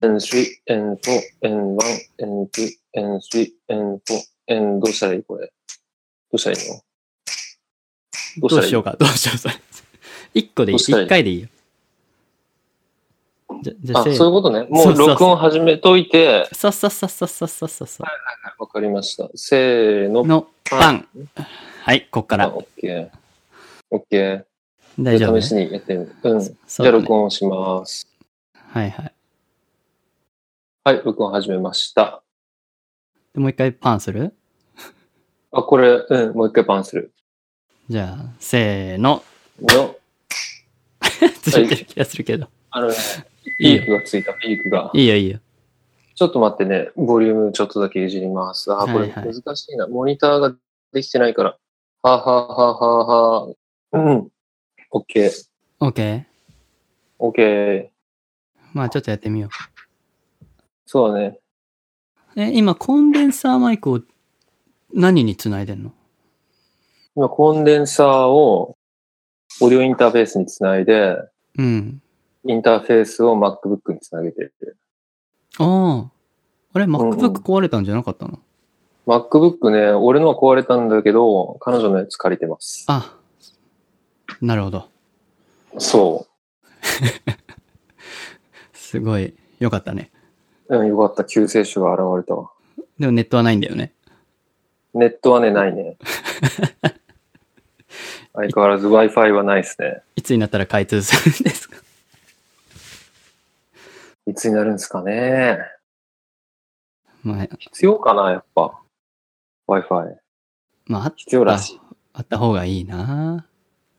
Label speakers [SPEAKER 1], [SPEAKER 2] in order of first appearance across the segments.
[SPEAKER 1] N3、N4、N1、N2、N3、N4、N どうしたらいいこれ。どうしたらいいのどうし
[SPEAKER 2] ど
[SPEAKER 1] た
[SPEAKER 2] う
[SPEAKER 1] らい
[SPEAKER 2] し
[SPEAKER 1] い
[SPEAKER 2] ようか、どうしよう、 それ。一個でいい。
[SPEAKER 1] どうしたらいい
[SPEAKER 2] 一回でいいよ。じゃ、じゃ
[SPEAKER 1] あ、
[SPEAKER 2] あ、
[SPEAKER 1] そう
[SPEAKER 2] せ
[SPEAKER 1] い
[SPEAKER 2] ー
[SPEAKER 1] う
[SPEAKER 2] の。
[SPEAKER 1] ことね。
[SPEAKER 2] そ
[SPEAKER 1] もう
[SPEAKER 2] うそうそう
[SPEAKER 1] 録音始めといて、
[SPEAKER 2] さっさっさっさっさっさっさっさ
[SPEAKER 1] わかりました。せーの。
[SPEAKER 2] の、
[SPEAKER 1] パ
[SPEAKER 2] パ
[SPEAKER 1] ン
[SPEAKER 2] ン。はい、こっから
[SPEAKER 1] あ。オッケー。オッケー。
[SPEAKER 2] 大
[SPEAKER 1] じ
[SPEAKER 2] 丈
[SPEAKER 1] ゃ
[SPEAKER 2] 夫
[SPEAKER 1] あ試。しにやってみる。うん。じ
[SPEAKER 2] そう
[SPEAKER 1] ゃあ
[SPEAKER 2] だね
[SPEAKER 1] 録音します。
[SPEAKER 2] はいはい。
[SPEAKER 1] はい、録音始めました。
[SPEAKER 2] でもう一回パンする
[SPEAKER 1] あ、これ、うん、もう一回パンする。
[SPEAKER 2] じゃあ、せーの。
[SPEAKER 1] の、
[SPEAKER 2] ついてる気がするけど。
[SPEAKER 1] あのね、
[SPEAKER 2] い
[SPEAKER 1] リー
[SPEAKER 2] いよ。
[SPEAKER 1] クがついた、リークが。
[SPEAKER 2] いいよいいよ。
[SPEAKER 1] ちょっと待ってね、ボリュームちょっとだけいじります。あ、こ
[SPEAKER 2] は
[SPEAKER 1] れ
[SPEAKER 2] いはい
[SPEAKER 1] 難しいな。モニターができてないから。はあはあはあはあはあ。うん。オッケー。
[SPEAKER 2] オッケー。
[SPEAKER 1] オッケー。
[SPEAKER 2] まあちょっとやってみよ
[SPEAKER 1] そうだね。
[SPEAKER 2] う。え、今コンデンサーマイクを何につないでんの
[SPEAKER 1] 今、コンデンサーを、オーディオインターフェースにつないで、
[SPEAKER 2] うん。
[SPEAKER 1] インターフェースを MacBook につなげてる。
[SPEAKER 2] ああ。あれ
[SPEAKER 1] うん
[SPEAKER 2] ?MacBook 壊れたんじゃなかったの
[SPEAKER 1] MacBook ね、俺のは壊れたんだけど、彼女のやつ借りてます。
[SPEAKER 2] あ、なるほど。
[SPEAKER 1] そ
[SPEAKER 2] すごい。よかったね。
[SPEAKER 1] う。うん、よかった。救世主が現れたわ。
[SPEAKER 2] でもネットはないんだよね。
[SPEAKER 1] ネットはね、ない ね。相変わらず Wi-Fi はないですね。
[SPEAKER 2] いつになったら開通するんですか
[SPEAKER 1] いつになるんですかね。
[SPEAKER 2] まあ、
[SPEAKER 1] 必要かな、やっぱ。Wi-Fi。
[SPEAKER 2] まあ、あっ
[SPEAKER 1] 必要らしい。
[SPEAKER 2] あった方がいいな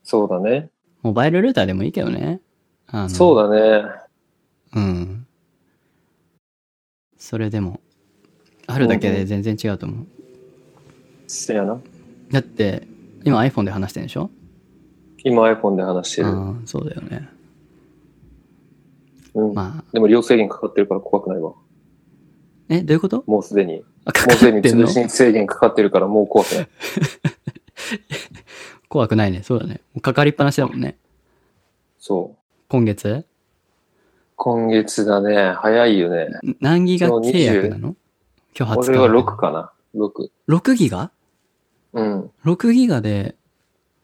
[SPEAKER 1] そうだね。
[SPEAKER 2] モバイルルーターでもいいけどね。あの
[SPEAKER 1] そうだね。
[SPEAKER 2] うん。それでも、あるだけで全然違うと思う。
[SPEAKER 1] せやな。
[SPEAKER 2] だって、今 iPhone で話してるんでしょ
[SPEAKER 1] 今 iPhone で話して
[SPEAKER 2] あ
[SPEAKER 1] る。
[SPEAKER 2] あ、そうだよね。
[SPEAKER 1] うん。
[SPEAKER 2] まあ、
[SPEAKER 1] でも量制限かかってるから怖くないわ。
[SPEAKER 2] え、どういうこと
[SPEAKER 1] もうすで に。
[SPEAKER 2] あ、か
[SPEAKER 1] も
[SPEAKER 2] か
[SPEAKER 1] うすでに
[SPEAKER 2] ってん
[SPEAKER 1] 通
[SPEAKER 2] の
[SPEAKER 1] 信制限かかってるからもう怖くない。
[SPEAKER 2] 怖くないね。そうだね。もうかかりっぱなしだもんね。
[SPEAKER 1] そう。
[SPEAKER 2] 今月
[SPEAKER 1] 今月だね。早いよね。
[SPEAKER 2] ん何ギガ
[SPEAKER 1] 今日
[SPEAKER 2] 契約なの今日20日。
[SPEAKER 1] 俺は6。かな。6。
[SPEAKER 2] 6ギガ
[SPEAKER 1] うん。
[SPEAKER 2] ?6 ギガで、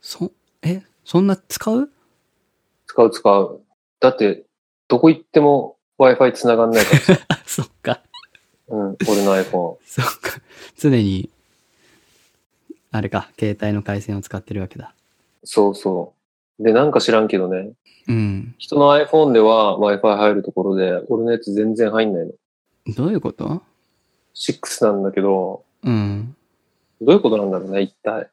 [SPEAKER 2] そ、え、そんな使う
[SPEAKER 1] 使う使う。だって、どこ行っても Wi-Fi 繋がんない から。
[SPEAKER 2] あ、そっか。
[SPEAKER 1] うん。俺の iPhone。
[SPEAKER 2] そっか。常に、あれか、携帯の回線を使ってるわけだ。
[SPEAKER 1] そうそう。で、なんか知らんけどね。
[SPEAKER 2] うん。
[SPEAKER 1] 人の iPhone では Wi-Fi 入るところで、俺のやつ全然入んないの。
[SPEAKER 2] どういうこと
[SPEAKER 1] 6なんだけど、
[SPEAKER 2] うん。
[SPEAKER 1] どういうことなんだろうね、一体。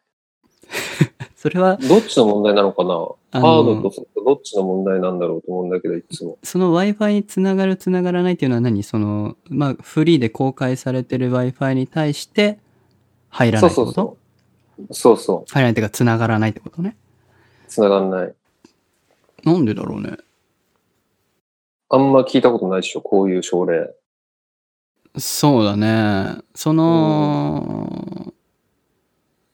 [SPEAKER 2] それは、
[SPEAKER 1] どっちの問題なのかな
[SPEAKER 2] あ
[SPEAKER 1] ハード
[SPEAKER 2] の
[SPEAKER 1] と、ソフト、どっちの問題なんだろうと思うんだけど、いつも。
[SPEAKER 2] その Wi-Fi につながるつながらないっていうのは何その、まあ、フリーで公開されてる Wi-Fi に対して入らな
[SPEAKER 1] そ
[SPEAKER 2] いうって
[SPEAKER 1] そ
[SPEAKER 2] こと
[SPEAKER 1] うそう。そうそ
[SPEAKER 2] 入らないっていうか、つながらないってことね。
[SPEAKER 1] う。繋がんない。
[SPEAKER 2] なんでだろうね。
[SPEAKER 1] あんま聞いたことないでしょ、こういう症例。
[SPEAKER 2] そうだね。その、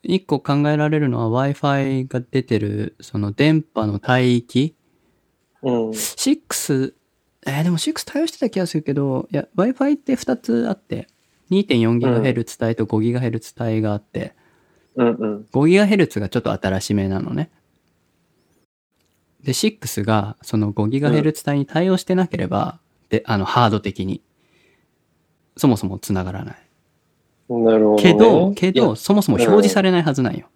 [SPEAKER 2] 一個考えられるのは Wi-Fi が出てる、その電波の帯域
[SPEAKER 1] うん。
[SPEAKER 2] 6、えーでも6対応してた気がするけど、いや、Wi-Fi って2つあって、2.4GHz 帯と 5GHz 帯があって、
[SPEAKER 1] うんうん。
[SPEAKER 2] 5GHz がちょっと新しめなのね。で、6がその 5GHz 帯に対応してなければ、で、あの、ハード的に、そもそも繋がらない。
[SPEAKER 1] なるほど、ね。
[SPEAKER 2] けど、け
[SPEAKER 1] い
[SPEAKER 2] ど、
[SPEAKER 1] や。
[SPEAKER 2] そもそも表示されないはずなんよ。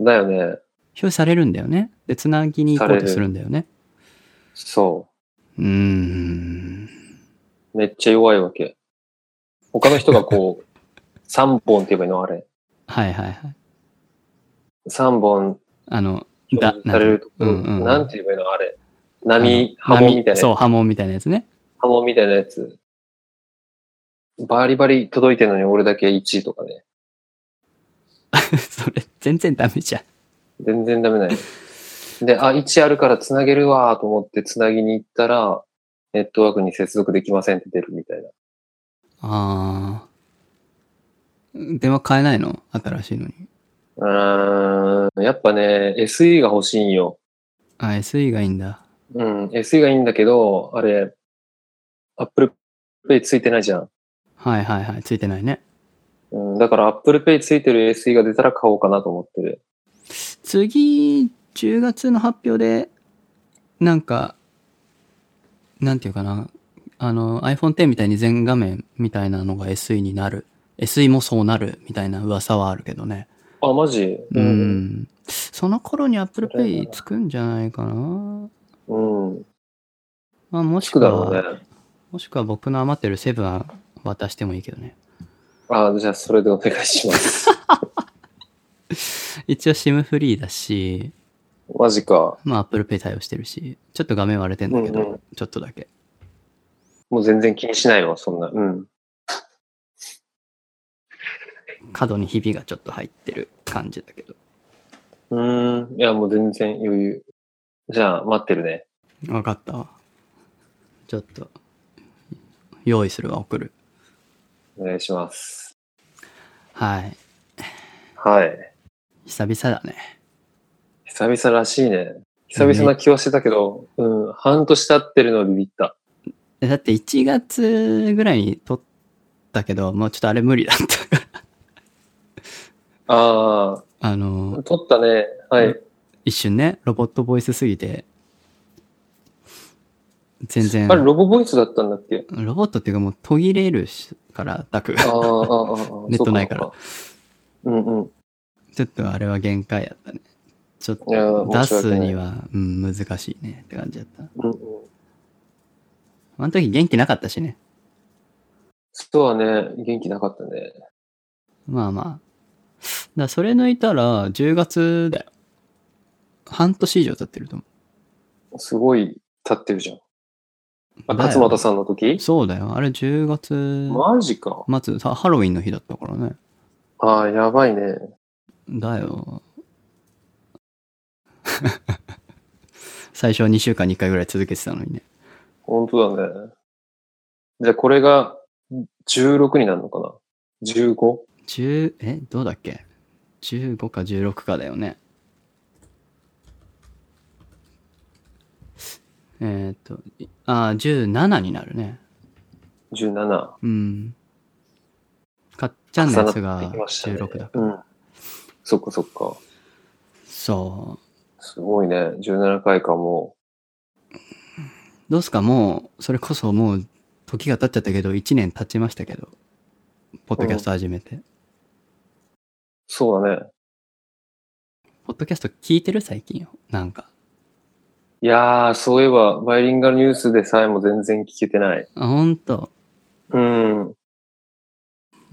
[SPEAKER 1] だよね。
[SPEAKER 2] 表示されるんだよね。で、つなぎに行こうとするんだよね。
[SPEAKER 1] そう
[SPEAKER 2] ーん。
[SPEAKER 1] う。めっちゃ弱いわけ。他の人がこ う、3本って言えばいいのあれ。
[SPEAKER 2] はいはいはい。
[SPEAKER 1] 3本
[SPEAKER 2] あの、
[SPEAKER 1] 表
[SPEAKER 2] だ、
[SPEAKER 1] 示されるところ、
[SPEAKER 2] うんうん
[SPEAKER 1] なんて言えばいいのあれ。
[SPEAKER 2] あの
[SPEAKER 1] 波、波紋みたいなやつ。
[SPEAKER 2] そう、波紋みたいなやつね。
[SPEAKER 1] 波紋みたいなやつ。バリバリ届いてるのに俺だけ1位とかね。
[SPEAKER 2] それ、全然ダメじゃん。
[SPEAKER 1] 全然ダメ ない。で、あ、1あるから繋げるわーと思って繋ぎに行ったら、ネットワークに接続できませんって出るみたいな。
[SPEAKER 2] あー。電話変えないの新しいのに。
[SPEAKER 1] うーん、やっぱね、SE が欲しいんよ。
[SPEAKER 2] あ、SE がいいんだ。
[SPEAKER 1] うん、SE がいいんだけど、あれ、 Apple Pay ついてないじゃん。
[SPEAKER 2] はいはいはい。ついてないね。
[SPEAKER 1] うん、だから Apple Pay ついてる SE が出たら買おうかなと思ってる。
[SPEAKER 2] 次、10月の発表で、なんか、なんていうかな。あの、iPhone X みたいに全画面みたいなのが SE になる。SE もそうなるみたいな噂はあるけどね。
[SPEAKER 1] あ、マジ
[SPEAKER 2] う。ん。その頃に Apple Pay つくんじゃないか
[SPEAKER 1] う
[SPEAKER 2] な。
[SPEAKER 1] ん。
[SPEAKER 2] まあ、もし
[SPEAKER 1] つ
[SPEAKER 2] く
[SPEAKER 1] くだろう
[SPEAKER 2] は、
[SPEAKER 1] ね。
[SPEAKER 2] もしくは僕の余ってるセブンは渡してもいいけどね。
[SPEAKER 1] あ、じゃあそれでお願いします。
[SPEAKER 2] 一応 SIM フリーだし、
[SPEAKER 1] マジか。
[SPEAKER 2] まあ Apple Pay 対応してるし、ちょっと画面割れてんだけど、
[SPEAKER 1] うんうん
[SPEAKER 2] ちょっとだけ。
[SPEAKER 1] もう全然気にしないわ、そんな。うん。
[SPEAKER 2] 角にひびがちょっと入ってる感じだけど。
[SPEAKER 1] うーん。いや、もう全然余裕。じゃあ、待ってるね。
[SPEAKER 2] わかったわ。ちょっと、用意するわ、送る。
[SPEAKER 1] お願いします。
[SPEAKER 2] はい。
[SPEAKER 1] はい。
[SPEAKER 2] 久々だね。
[SPEAKER 1] 久々らしいね。久々な気はしてたけど、うん。半年経ってるのはビビった。
[SPEAKER 2] えだって1月ぐらいに撮ったけど、もうちょっとあれ無理だった か
[SPEAKER 1] あ
[SPEAKER 2] ら。あの
[SPEAKER 1] あ、、撮ったね。は
[SPEAKER 2] う
[SPEAKER 1] い。
[SPEAKER 2] 一瞬ね、ロボットボイスすぎて、全然、
[SPEAKER 1] あれ、ロボボイスだったんだっけ
[SPEAKER 2] ロボットっていうかもう途切れるしから、タク
[SPEAKER 1] あーあ
[SPEAKER 2] が。
[SPEAKER 1] ー、あーあー、
[SPEAKER 2] ネットないから
[SPEAKER 1] そう。うんうん。
[SPEAKER 2] ちょっとあれは限界やったね。ちょっ
[SPEAKER 1] いや
[SPEAKER 2] と出
[SPEAKER 1] 申し訳
[SPEAKER 2] す
[SPEAKER 1] ない
[SPEAKER 2] には、うん、難しいねって感じだった。
[SPEAKER 1] うんうん、
[SPEAKER 2] あの時元気なかったしね。
[SPEAKER 1] そうはね、元気なかったね。
[SPEAKER 2] まあまあ。だからそれ抜いたら、10月だよ。半年以上経ってると思
[SPEAKER 1] すごい立ってるじゃん。あ、
[SPEAKER 2] う。だよ
[SPEAKER 1] 勝俣さんの時
[SPEAKER 2] そうだよ。あれ10月
[SPEAKER 1] マジか。
[SPEAKER 2] 末、さハロウィンの日だったからね。
[SPEAKER 1] ああ、やばいね。
[SPEAKER 2] だよ。 最初は2週間に1回ぐらい続けてたのにね。
[SPEAKER 1] 本当だね。じゃあこれが16になるのかな ?15?
[SPEAKER 2] 10、え、どうだっけ ?15 か16かだよね。えーっと、いあー、17になるね。
[SPEAKER 1] 17。
[SPEAKER 2] うん。かっちゃんのやつ
[SPEAKER 1] 重な
[SPEAKER 2] が
[SPEAKER 1] ってきましたね
[SPEAKER 2] 16だ。
[SPEAKER 1] うん。そっかそっか。
[SPEAKER 2] そ
[SPEAKER 1] すごいね。17回かも
[SPEAKER 2] う。どうすかもう、それこそもう、時が経っちゃったけど、1年経ちましたけど。ポッドキャスト始めて。
[SPEAKER 1] う。そうだね。
[SPEAKER 2] ポッドキャスト聞いてる最近よ。なんか。
[SPEAKER 1] いやー、そういえば、バイリンガルニュースでさえも全然聞けてない。
[SPEAKER 2] あ、ほんと。
[SPEAKER 1] うん。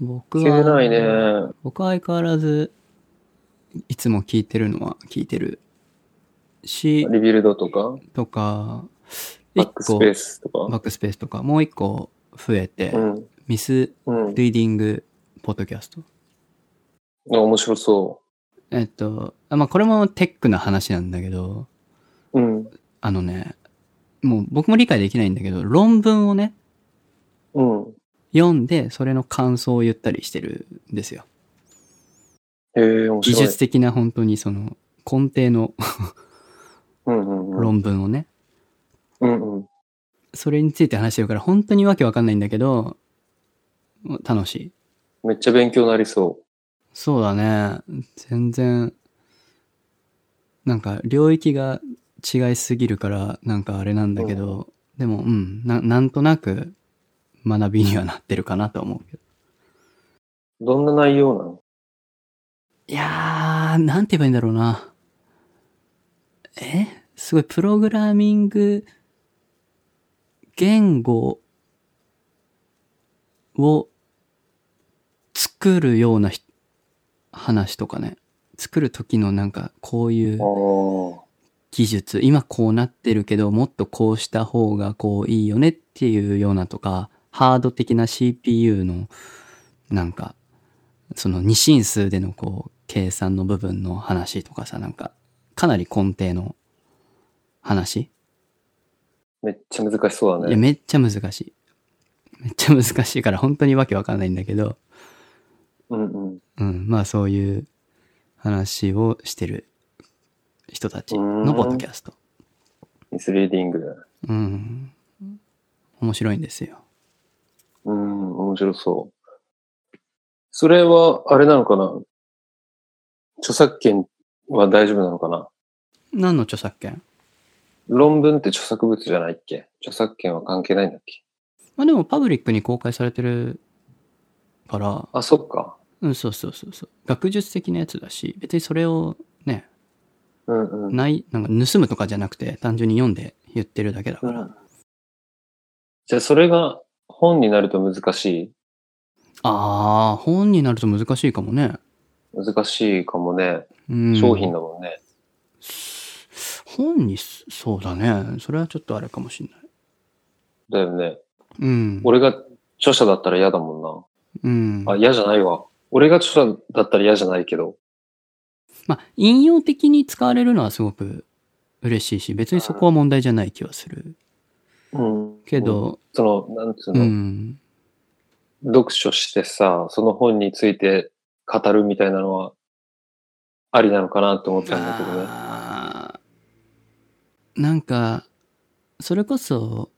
[SPEAKER 2] 僕
[SPEAKER 1] 聞
[SPEAKER 2] は。
[SPEAKER 1] けてないね。
[SPEAKER 2] 僕は相変わらず、いつも聞いてるのは聞いてるし、
[SPEAKER 1] リビルドとか、
[SPEAKER 2] とか、
[SPEAKER 1] バッ
[SPEAKER 2] 一
[SPEAKER 1] クス
[SPEAKER 2] 個、
[SPEAKER 1] ペースとか。
[SPEAKER 2] バックスペースとか、もう一個増えて、
[SPEAKER 1] うん。
[SPEAKER 2] ミス
[SPEAKER 1] うん。
[SPEAKER 2] リーディングポッドキャスト。
[SPEAKER 1] 面白そ
[SPEAKER 2] えっと、あまあ、これもテックな話なんだけど、
[SPEAKER 1] う。うん。
[SPEAKER 2] あのね、もう僕も理解できないんだけど、論文をね、
[SPEAKER 1] うん。
[SPEAKER 2] 読んで、それの感想を言ったりしてるんですよ。
[SPEAKER 1] へえ、面
[SPEAKER 2] 技
[SPEAKER 1] 白い。
[SPEAKER 2] 術的な本当にその、根底の
[SPEAKER 1] うんうんうん。
[SPEAKER 2] 論文をね、
[SPEAKER 1] うんうん。
[SPEAKER 2] それについて話してるから、本当にわけわかんないんだけど、楽しい。
[SPEAKER 1] めっちゃ勉強になりそ
[SPEAKER 2] そうだね。全然、なんか領域が違いすぎるから、なんかあれなんだけど、でも、うんな、なんとなく学びにはなってるかなと思うけど。
[SPEAKER 1] う。どんな内容なの
[SPEAKER 2] いやー、なんて言えばいいんだろうな。えすごい、プログラミング、言語を作るようなひ話とかね。作る時のなんか、こういう
[SPEAKER 1] あ
[SPEAKER 2] 技術、今こうなってるけど、もっとこうした方がこういいよねっていうようなとか、ハード的な CPU の、なんか、その二進数でのこう、計算の部分の話とかさ、なんか、かなり根底の話。
[SPEAKER 1] あ。めっちゃ難しそうだ
[SPEAKER 2] いや、
[SPEAKER 1] ね。
[SPEAKER 2] めっちゃ難しい。めっちゃ難しいから、本当にわけわかんないんだけど、
[SPEAKER 1] うんうん。う
[SPEAKER 2] うん、まあそういう話をしてる人たちのポッドキャスト。
[SPEAKER 1] ミスリーディング。
[SPEAKER 2] うん。面白いんですよ。
[SPEAKER 1] うん、面白そう。それは、あれなのかな著作権は大丈夫なのかな
[SPEAKER 2] 何の著作権
[SPEAKER 1] 論文って著作物じゃないっけ著作権は関係ないんだっけ
[SPEAKER 2] まあでもパブリックに公開されてるから、
[SPEAKER 1] あ、そっか。
[SPEAKER 2] うん、そうそうそうそう。学術的なやつだし、別にそれをね、
[SPEAKER 1] うんうん。
[SPEAKER 2] ない、なんか盗むとかじゃなくて、単純に読んで言ってるだけだから。
[SPEAKER 1] じゃあ、それが本になると難し
[SPEAKER 2] ああ、本になると難しいかもね。
[SPEAKER 1] い。難しいかもね。
[SPEAKER 2] うん、
[SPEAKER 1] 商品だもんね。
[SPEAKER 2] 本にす、そうだね。それはちょっとあれかもしんない。
[SPEAKER 1] だよね。
[SPEAKER 2] うん。
[SPEAKER 1] 俺が著者だったら嫌だも
[SPEAKER 2] うん
[SPEAKER 1] ん。な。あ、嫌じゃないわ。俺が著者だったら嫌じゃないけど。
[SPEAKER 2] まあ、引用的に使われるのはすごく嬉しいし、別にそこは問題じゃない気はする。
[SPEAKER 1] うん。
[SPEAKER 2] け、ど、
[SPEAKER 1] その、なんつう
[SPEAKER 2] う
[SPEAKER 1] の、
[SPEAKER 2] ん。
[SPEAKER 1] 読書してさ、その本について語るみたいなのは、ありなのかなと思ったんだけどね。
[SPEAKER 2] あーなんか、それこそ、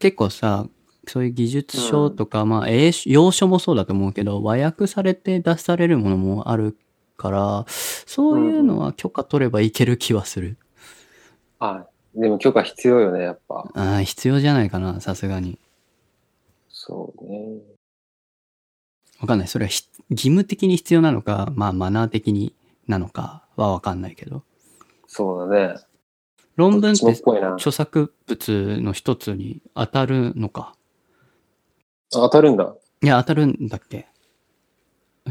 [SPEAKER 2] 結構さ、そういう技術書とか、まあ、英書洋書もそうだと思うけど、和訳されて出されるものもあるから、そういうのは許可取ればいける気はする。
[SPEAKER 1] はい。でも許可必要よね、やっぱ。
[SPEAKER 2] ああ、必要じゃないかな、さすがに。
[SPEAKER 1] そうね。
[SPEAKER 2] わかんない。それはひ義務的に必要なのか、まあ、マナー的になのかはわかんないけど。
[SPEAKER 1] そうだね。
[SPEAKER 2] 論文っ
[SPEAKER 1] どっちも
[SPEAKER 2] て
[SPEAKER 1] っぽいな。
[SPEAKER 2] 著作物の一つに当たるのか。
[SPEAKER 1] 当たるんだ。
[SPEAKER 2] いや、当たるんだっけ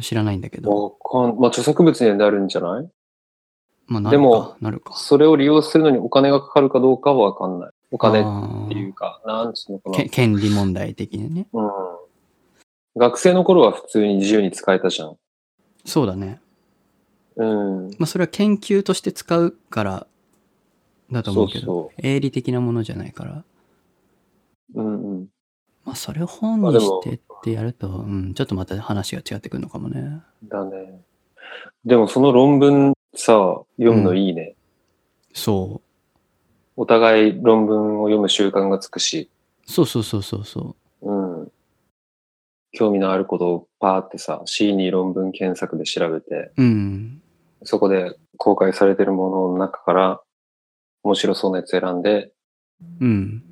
[SPEAKER 2] 知らないんだけど。
[SPEAKER 1] わかん、まあ、著作物にはなるんじゃない
[SPEAKER 2] まあ、な
[SPEAKER 1] で
[SPEAKER 2] るか
[SPEAKER 1] も。
[SPEAKER 2] なるか。
[SPEAKER 1] それを利用するのにお金がかかるかどうかはわかんない。お金っていううか、なんつうのかな
[SPEAKER 2] け。権利問題的にね。
[SPEAKER 1] うん。学生の頃は普通に自由に使えたじゃん。
[SPEAKER 2] そうだね。
[SPEAKER 1] うん。
[SPEAKER 2] まあ、それは研究として使うからだと思うけど、
[SPEAKER 1] そ
[SPEAKER 2] 営利的なものじゃないから。
[SPEAKER 1] うそう。うんうん。
[SPEAKER 2] まあ、それを本
[SPEAKER 1] まあ
[SPEAKER 2] に
[SPEAKER 1] で
[SPEAKER 2] し
[SPEAKER 1] も
[SPEAKER 2] てってやると、うん、ちょっとまた話が違ってくるのかもね。
[SPEAKER 1] だね。でもその論文さ、読むのいいね。
[SPEAKER 2] そ
[SPEAKER 1] お互い論文を読む習慣がつくし、
[SPEAKER 2] う。そうそうそうそうそ
[SPEAKER 1] うん。興味のあることをパーってさ、C2 論文検索で調べて、
[SPEAKER 2] う。うん。
[SPEAKER 1] そこで公開されてるものの中から、面白そうなやつ選んで、
[SPEAKER 2] うん。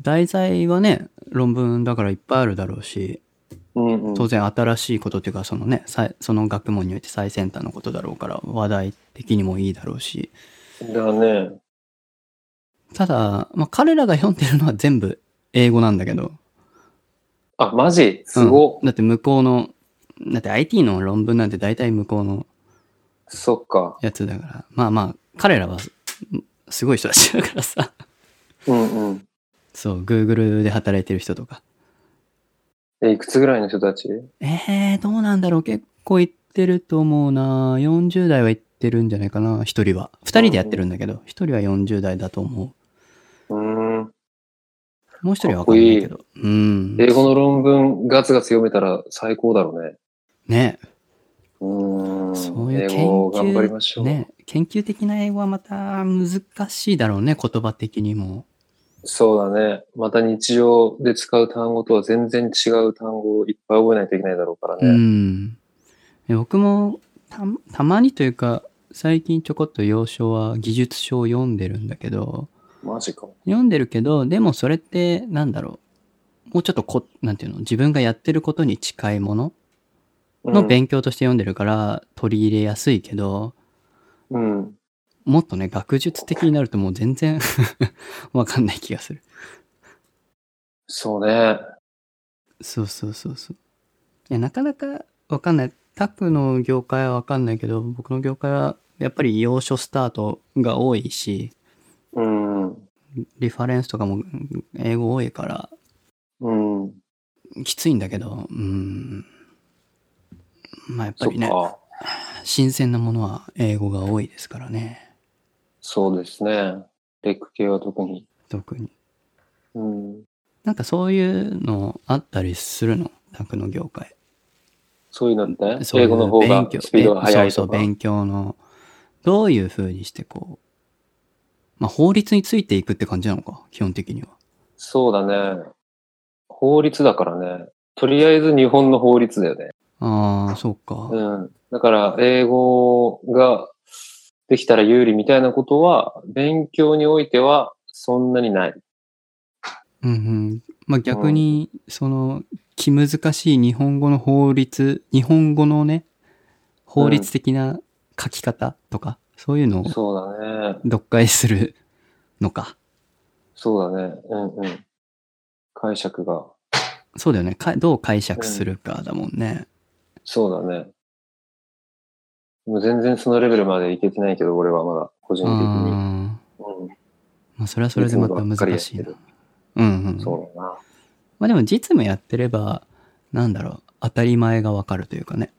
[SPEAKER 2] 題材はね、論文だからいっぱいあるだろうし、
[SPEAKER 1] うんうん。
[SPEAKER 2] 当然新しいことっていうかそのねさいその学問において最先端のことだろうから話題的にもいいだろうし
[SPEAKER 1] だね。
[SPEAKER 2] ただ、まあ、彼らが読んでるのは全部英語なんだけど
[SPEAKER 1] あ、マジすごっ、
[SPEAKER 2] うんだって向こうのだって IT の論文なんて大体向こうの
[SPEAKER 1] そっか。
[SPEAKER 2] やつだからまあまあ彼らはすすごい人たちだからさ
[SPEAKER 1] うんうん。
[SPEAKER 2] そう Google で働いてる人とか
[SPEAKER 1] え、いくつぐらいの人たち
[SPEAKER 2] えー、どうなんだろう結構行ってると思うな40代は行ってるんじゃないかな1人は2人でやってるんだけど1人は40代だと思う
[SPEAKER 1] うーん。
[SPEAKER 2] もう一人はわかんないけど。うん。
[SPEAKER 1] 英語の論文ガツガツ読めたら最高だろうね。
[SPEAKER 2] ね。
[SPEAKER 1] うーん。
[SPEAKER 2] そういう
[SPEAKER 1] 英
[SPEAKER 2] 研
[SPEAKER 1] 語を
[SPEAKER 2] 究。
[SPEAKER 1] 頑張りましょう。
[SPEAKER 2] ね。研究的な英語はまた難しいだろうね。言葉的にも。
[SPEAKER 1] そうだね。また日常で使う単語とは全然違う単語をいっぱい覚えないといけないだろうから
[SPEAKER 2] う
[SPEAKER 1] ね。
[SPEAKER 2] ん。で僕もた、たまにというか、最近ちょこっと要所は技術書を読んでるんだけど、
[SPEAKER 1] マジか。
[SPEAKER 2] 読んでるけど、でもそれって、なんだろう。もうちょっとこ、なんていうの自分がやってることに近いもの
[SPEAKER 1] うん
[SPEAKER 2] の勉強として読んでるから取り入れやすいけど、
[SPEAKER 1] うん。
[SPEAKER 2] もっとね、学術的になるともう全然 わかんない気がする。
[SPEAKER 1] そうね。
[SPEAKER 2] そうそうそうそう。いや、なかなかわかんない。タクの業界はわかんないけど、僕の業界はやっぱり要所スタートが多いし、
[SPEAKER 1] うん。
[SPEAKER 2] リファレンスとかも英語多いから、
[SPEAKER 1] うん。
[SPEAKER 2] きついんだけど、うん。まあやっぱ
[SPEAKER 1] そっ
[SPEAKER 2] りね、
[SPEAKER 1] か。
[SPEAKER 2] 新鮮なものは英語が多いですからね。
[SPEAKER 1] そうですね。レック系は特に。
[SPEAKER 2] 特に。
[SPEAKER 1] うん。
[SPEAKER 2] なんかそういうのあったりするのタクの業界。
[SPEAKER 1] そういうのって、
[SPEAKER 2] そうい
[SPEAKER 1] 英
[SPEAKER 2] う
[SPEAKER 1] 語の方
[SPEAKER 2] 勉
[SPEAKER 1] が
[SPEAKER 2] 強
[SPEAKER 1] スピードが速い
[SPEAKER 2] そう
[SPEAKER 1] と
[SPEAKER 2] そう、
[SPEAKER 1] か。
[SPEAKER 2] 勉強の、どういう風にしてこう、まあ法律についていくって感じなのか、基本的には。
[SPEAKER 1] そうだね。法律だからね。とりあえず日本の法律だよね。
[SPEAKER 2] ああ、そうか。
[SPEAKER 1] うん。だから、英語ができたら有利みたいなことは、勉強においてはそんなにない。
[SPEAKER 2] うんうん。まあ、逆に、その、気難しい日本語の法律、日本語のね、法律的な書き方とか、そういうのを
[SPEAKER 1] そうだね。
[SPEAKER 2] 読解するのか。
[SPEAKER 1] そうだね。うんうん。解釈が。
[SPEAKER 2] そうだよね。かどう解釈するかだもんね。
[SPEAKER 1] そうだね。もう全然そのレベルまでいけてないけど、俺はまだ、個人
[SPEAKER 2] う
[SPEAKER 1] 的に。
[SPEAKER 2] ん。
[SPEAKER 1] うん
[SPEAKER 2] まあ、それはそれでまた難しいな。うんうん。
[SPEAKER 1] そうだな。
[SPEAKER 2] まあでも実務やってれば、なんだろう、当たり前がわかるというかね。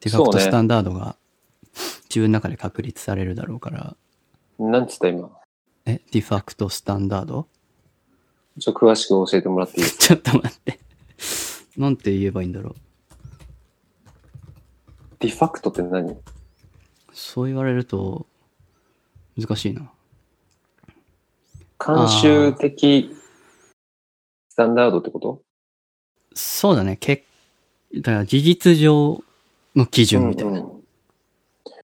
[SPEAKER 2] デファク
[SPEAKER 1] そう
[SPEAKER 2] ト
[SPEAKER 1] ね
[SPEAKER 2] スタンダードが自分の中で確立されるだろうから、
[SPEAKER 1] なんつった今。
[SPEAKER 2] え、ディファクトスタンダード
[SPEAKER 1] ちょっと詳しく教えてもらっていい
[SPEAKER 2] ちょっと待って。なんて言えばいいんだろう。
[SPEAKER 1] ディファクトって何
[SPEAKER 2] そう言われると、難しいな。
[SPEAKER 1] 慣習的スタンダードってこと
[SPEAKER 2] そうだね、けだから事実上の基準みたいな。
[SPEAKER 1] うんうん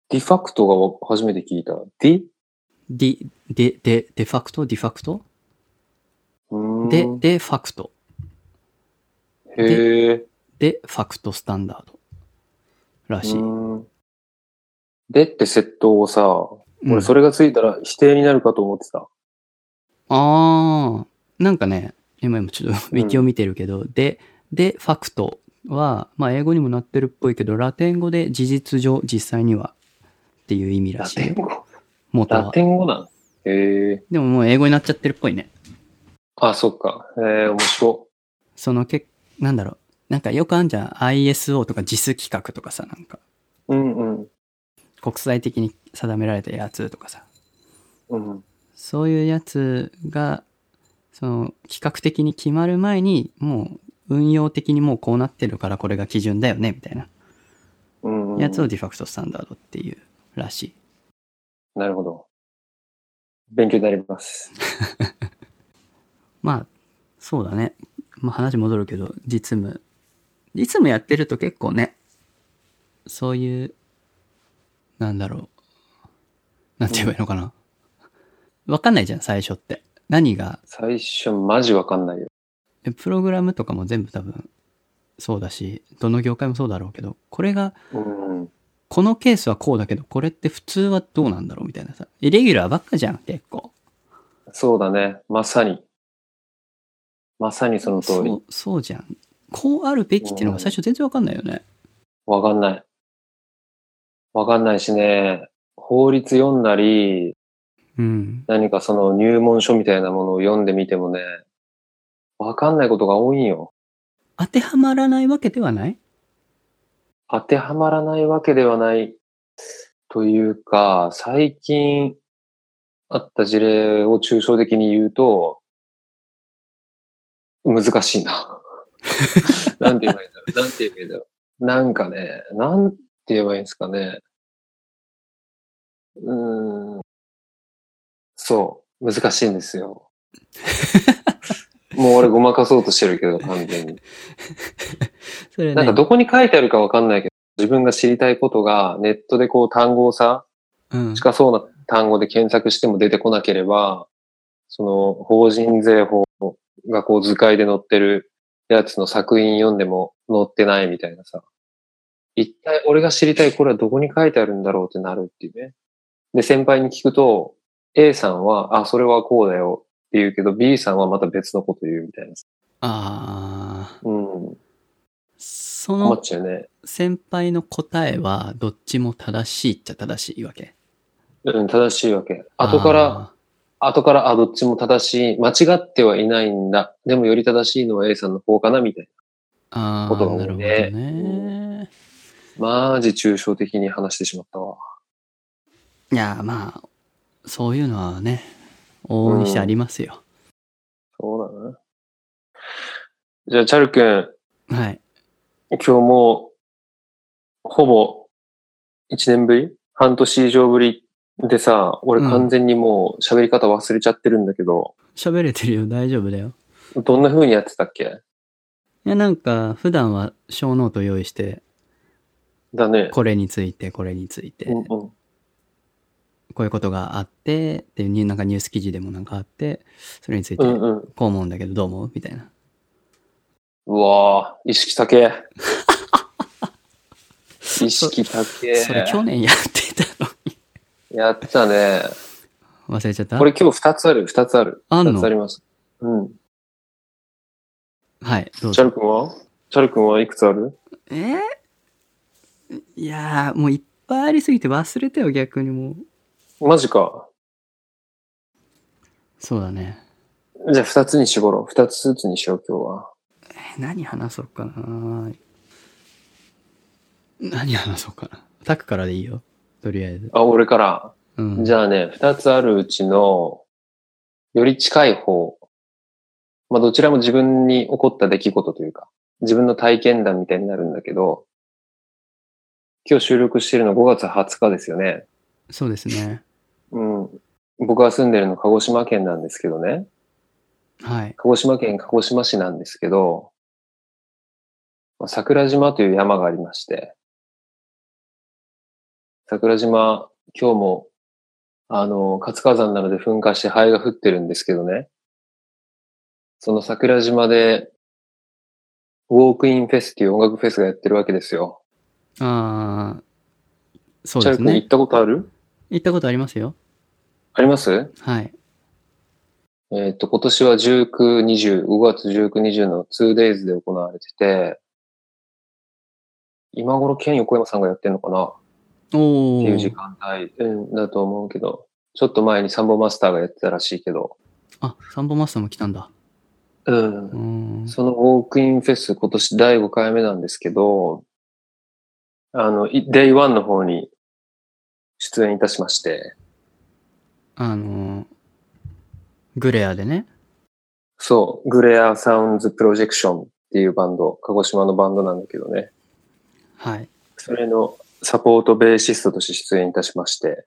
[SPEAKER 1] ディファクトが初めて聞いた。ディ
[SPEAKER 2] で、で、で、デファクトディファクト
[SPEAKER 1] うーん
[SPEAKER 2] で、で、ファクト。
[SPEAKER 1] へえ。
[SPEAKER 2] で、ファクトスタンダード。らしい。
[SPEAKER 1] うんでって窃盗をさ、
[SPEAKER 2] う
[SPEAKER 1] 俺
[SPEAKER 2] ん
[SPEAKER 1] それがついたら否定になるかと思ってた。
[SPEAKER 2] ああ、なんかね、今今ちょっと ウィキを見てるけど、で、で、ファクトは、まあ英語にもなってるっぽいけど、ラテン語で事実上、実際にはっていう意味ら
[SPEAKER 1] ラ
[SPEAKER 2] しい
[SPEAKER 1] テン
[SPEAKER 2] よ。
[SPEAKER 1] 語
[SPEAKER 2] 元
[SPEAKER 1] ラ
[SPEAKER 2] は。
[SPEAKER 1] テン語なんへえ。
[SPEAKER 2] でももう英語になっちゃってるっぽいね。
[SPEAKER 1] あ、そっか。ええ、面白
[SPEAKER 2] そのけ、なんだろう。なんかよくあんじゃん。ISO とか JIS 企画とかさ、なんか
[SPEAKER 1] い。うんうん。
[SPEAKER 2] 国際的に定められたやつとかさ。
[SPEAKER 1] うん。
[SPEAKER 2] そういうやつが、その企画的に決まる前に、もう運用的にもうこうなってるからこれが基準だよね、みたいな。
[SPEAKER 1] うんうん。
[SPEAKER 2] やつをディファクトスタンダードっていうらしい。
[SPEAKER 1] なるほど。勉強になります。
[SPEAKER 2] まあ、そうだね。まあ話戻るけど、実務。実務やってると結構ね、そういう、なんだろう。なんて言えばいいのかな。わかんないじゃん、最初って。何が、
[SPEAKER 1] 最初、マジわかんないよ。
[SPEAKER 2] えプログラムとかも全部多分、そうだし、どの業界もそうだろうけど、これが、
[SPEAKER 1] うん。
[SPEAKER 2] このケースはこうだけど、これって普通はどうなんだろうみたいなさ。イレギュラーばっかじゃん、結構。
[SPEAKER 1] そうだね。まさに。まさにその通
[SPEAKER 2] そ
[SPEAKER 1] り。
[SPEAKER 2] う、そうじゃん。こうあるべきっていうのが最初全然わかんないよね。
[SPEAKER 1] わかんない。わかんないしね。法律読んだり、
[SPEAKER 2] うん。
[SPEAKER 1] 何かその入門書みたいなものを読んでみてもね、わかんないことが多いんよ。
[SPEAKER 2] 当てはまらないわけではない
[SPEAKER 1] 当てはまらないわけではない。というか、最近あった事例を抽象的に言うと、難しいな。なんて言えばいいんだろう。なんて言えばいいんだろう。なんかね、なんて言えばいいんですかね。うーん。そう。難しいんですよ。もう俺ごまかそうとしてるけど、完全に。
[SPEAKER 2] それ
[SPEAKER 1] な
[SPEAKER 2] ね。
[SPEAKER 1] んかどこに書いてあるかわかんないけど、自分が知りたいことがネットでこう単語をさ、
[SPEAKER 2] うん、
[SPEAKER 1] 近そうな単語で検索しても出てこなければ、その法人税法がこう図解で載ってるやつの作品読んでも載ってないみたいなさ。一体俺が知りたいこれはどこに書いてあるんだろうってなるっていうね。で、先輩に聞くと、A さんは、あ、それはこうだよって言うけど、B さんはまた別のこと言うみたいなさ。
[SPEAKER 2] ああ。
[SPEAKER 1] うん。
[SPEAKER 2] そ
[SPEAKER 1] 困っ
[SPEAKER 2] の
[SPEAKER 1] ちゃうね。
[SPEAKER 2] 先輩の答えは、どっちも正しいっちゃ正しいわけ。
[SPEAKER 1] うん、正しいわけ。後から、後から、あ、どっちも正しい。間違ってはいないんだ。でもより正しいのは A さんの方かなみたい
[SPEAKER 2] あー
[SPEAKER 1] ことが
[SPEAKER 2] あー、
[SPEAKER 1] 多
[SPEAKER 2] ないるほど
[SPEAKER 1] ね
[SPEAKER 2] ね。
[SPEAKER 1] な。マジ抽象的に話してしまったわ。
[SPEAKER 2] いやー、まあ、そういうのはね、往々にしてありますよ。
[SPEAKER 1] そうだな。じゃあ、チャル君、
[SPEAKER 2] はい。
[SPEAKER 1] 今日もう、ほぼ、1年ぶり半年以上ぶりでさ、俺
[SPEAKER 2] うん
[SPEAKER 1] 完全にもう喋り方忘れちゃってるんだけど、
[SPEAKER 2] 喋れてるよ。大丈夫だよ。
[SPEAKER 1] どんな風にやってたっけ
[SPEAKER 2] いや、なんか、普段は小ノート用意して、
[SPEAKER 1] だね。
[SPEAKER 2] これについて、これについて、
[SPEAKER 1] うんうん。
[SPEAKER 2] こういうことがあって、っていうニュー、なんかニュース記事でもなんかあって、それについうて、
[SPEAKER 1] ん
[SPEAKER 2] こ
[SPEAKER 1] うん。
[SPEAKER 2] う思うんだけど、どう思うみたいな。
[SPEAKER 1] うわぁ、意識高え。意識高
[SPEAKER 2] それ去
[SPEAKER 1] え。
[SPEAKER 2] 年やってたの に。
[SPEAKER 1] やってたね。
[SPEAKER 2] 忘れちゃった
[SPEAKER 1] これ今日二つある、二つある。
[SPEAKER 2] あん
[SPEAKER 1] 二つあり
[SPEAKER 2] の
[SPEAKER 1] ます。うん。
[SPEAKER 2] はい、どう
[SPEAKER 1] チャ
[SPEAKER 2] ぞ。
[SPEAKER 1] ル君はチャル君はいくつある
[SPEAKER 2] えーいやー、もういっぱいありすぎて忘れてよ、逆にもう。
[SPEAKER 1] マジか。
[SPEAKER 2] そうだね。
[SPEAKER 1] じゃあ二つに絞ろう。二つずつにしよう、今日は。
[SPEAKER 2] え何話そうかな何話そうかな。タクからでいいよ。とりあえず。
[SPEAKER 1] あ、俺から。
[SPEAKER 2] うん。
[SPEAKER 1] じゃあね、二つあるうちの、より近い方。まあ、どちらも自分に起こった出来事というか、自分の体験談みたいになるんだけど、今日収録してるの5月20日ですよね。
[SPEAKER 2] そうですね。
[SPEAKER 1] うん。僕が住んでるの鹿児島県なんですけどね。
[SPEAKER 2] はい。
[SPEAKER 1] 鹿児島県鹿児島市なんですけど、まあ桜島という山がありまして、桜島、今日も、あの、活火山なので噴火して灰が降ってるんですけどね、その桜島で、ウォークインフェスっていう音楽フェスがやってるわけですよ。
[SPEAKER 2] ああ、そう
[SPEAKER 1] チャ
[SPEAKER 2] で
[SPEAKER 1] ル
[SPEAKER 2] す
[SPEAKER 1] 君行っ
[SPEAKER 2] ね。
[SPEAKER 1] たことある
[SPEAKER 2] 行ったことありますよ。
[SPEAKER 1] あります
[SPEAKER 2] はい。
[SPEAKER 1] えっ、と、今年は19、20、5月19、20の 2days で行われてて、今頃、県横山さんがやってんのかなっ
[SPEAKER 2] お
[SPEAKER 1] ていう時
[SPEAKER 2] ー。
[SPEAKER 1] 間帯うんだと思うけど、ちょっと前にサンボマスターがやってたらしいけど、
[SPEAKER 2] あ、サンボマスターも来たんだ。
[SPEAKER 1] うん
[SPEAKER 2] うーん。
[SPEAKER 1] そのウォークインフェス今年第5回目なんですけど、あの、い Day1 の方に出演いたしまして、
[SPEAKER 2] あのー、グレアでね。
[SPEAKER 1] そう、グレアサウンズプロジェクションっていうバンド、鹿児島のバンドなんだけどね。
[SPEAKER 2] はい。
[SPEAKER 1] それのサポートベーシストとして出演いたしまして、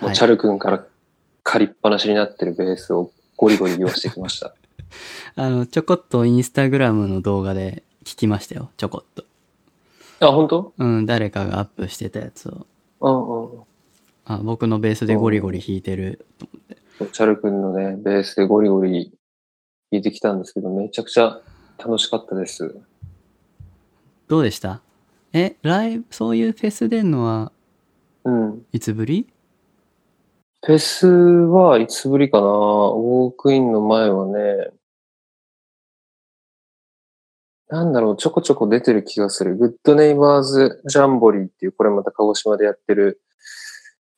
[SPEAKER 1] も
[SPEAKER 2] は
[SPEAKER 1] う
[SPEAKER 2] い
[SPEAKER 1] チャ。ル君から借りっぱなしになってるベースをゴリゴリ利用してきました。
[SPEAKER 2] あの、ちょこっとインスタグラムの動画で聞きましたよ。ちょこっと。
[SPEAKER 1] あ、本当？
[SPEAKER 2] うん、誰かがアップしてたやつを。
[SPEAKER 1] うん
[SPEAKER 2] あ、僕のベースでゴリゴリ弾いてる。
[SPEAKER 1] うん。チャル君のね、ベースでゴリゴリ弾いてきたんですけど、めちゃくちゃ楽しかったです。
[SPEAKER 2] どうでしたえ、ライブ、そういうフェス出んのは
[SPEAKER 1] うん。
[SPEAKER 2] いつぶり
[SPEAKER 1] フェスはいつぶりかなウォークインの前はね、なんだろう、ちょこちょこ出てる気がする。グッドネイバーズジャンボリーっていう、これまた鹿児島でやってる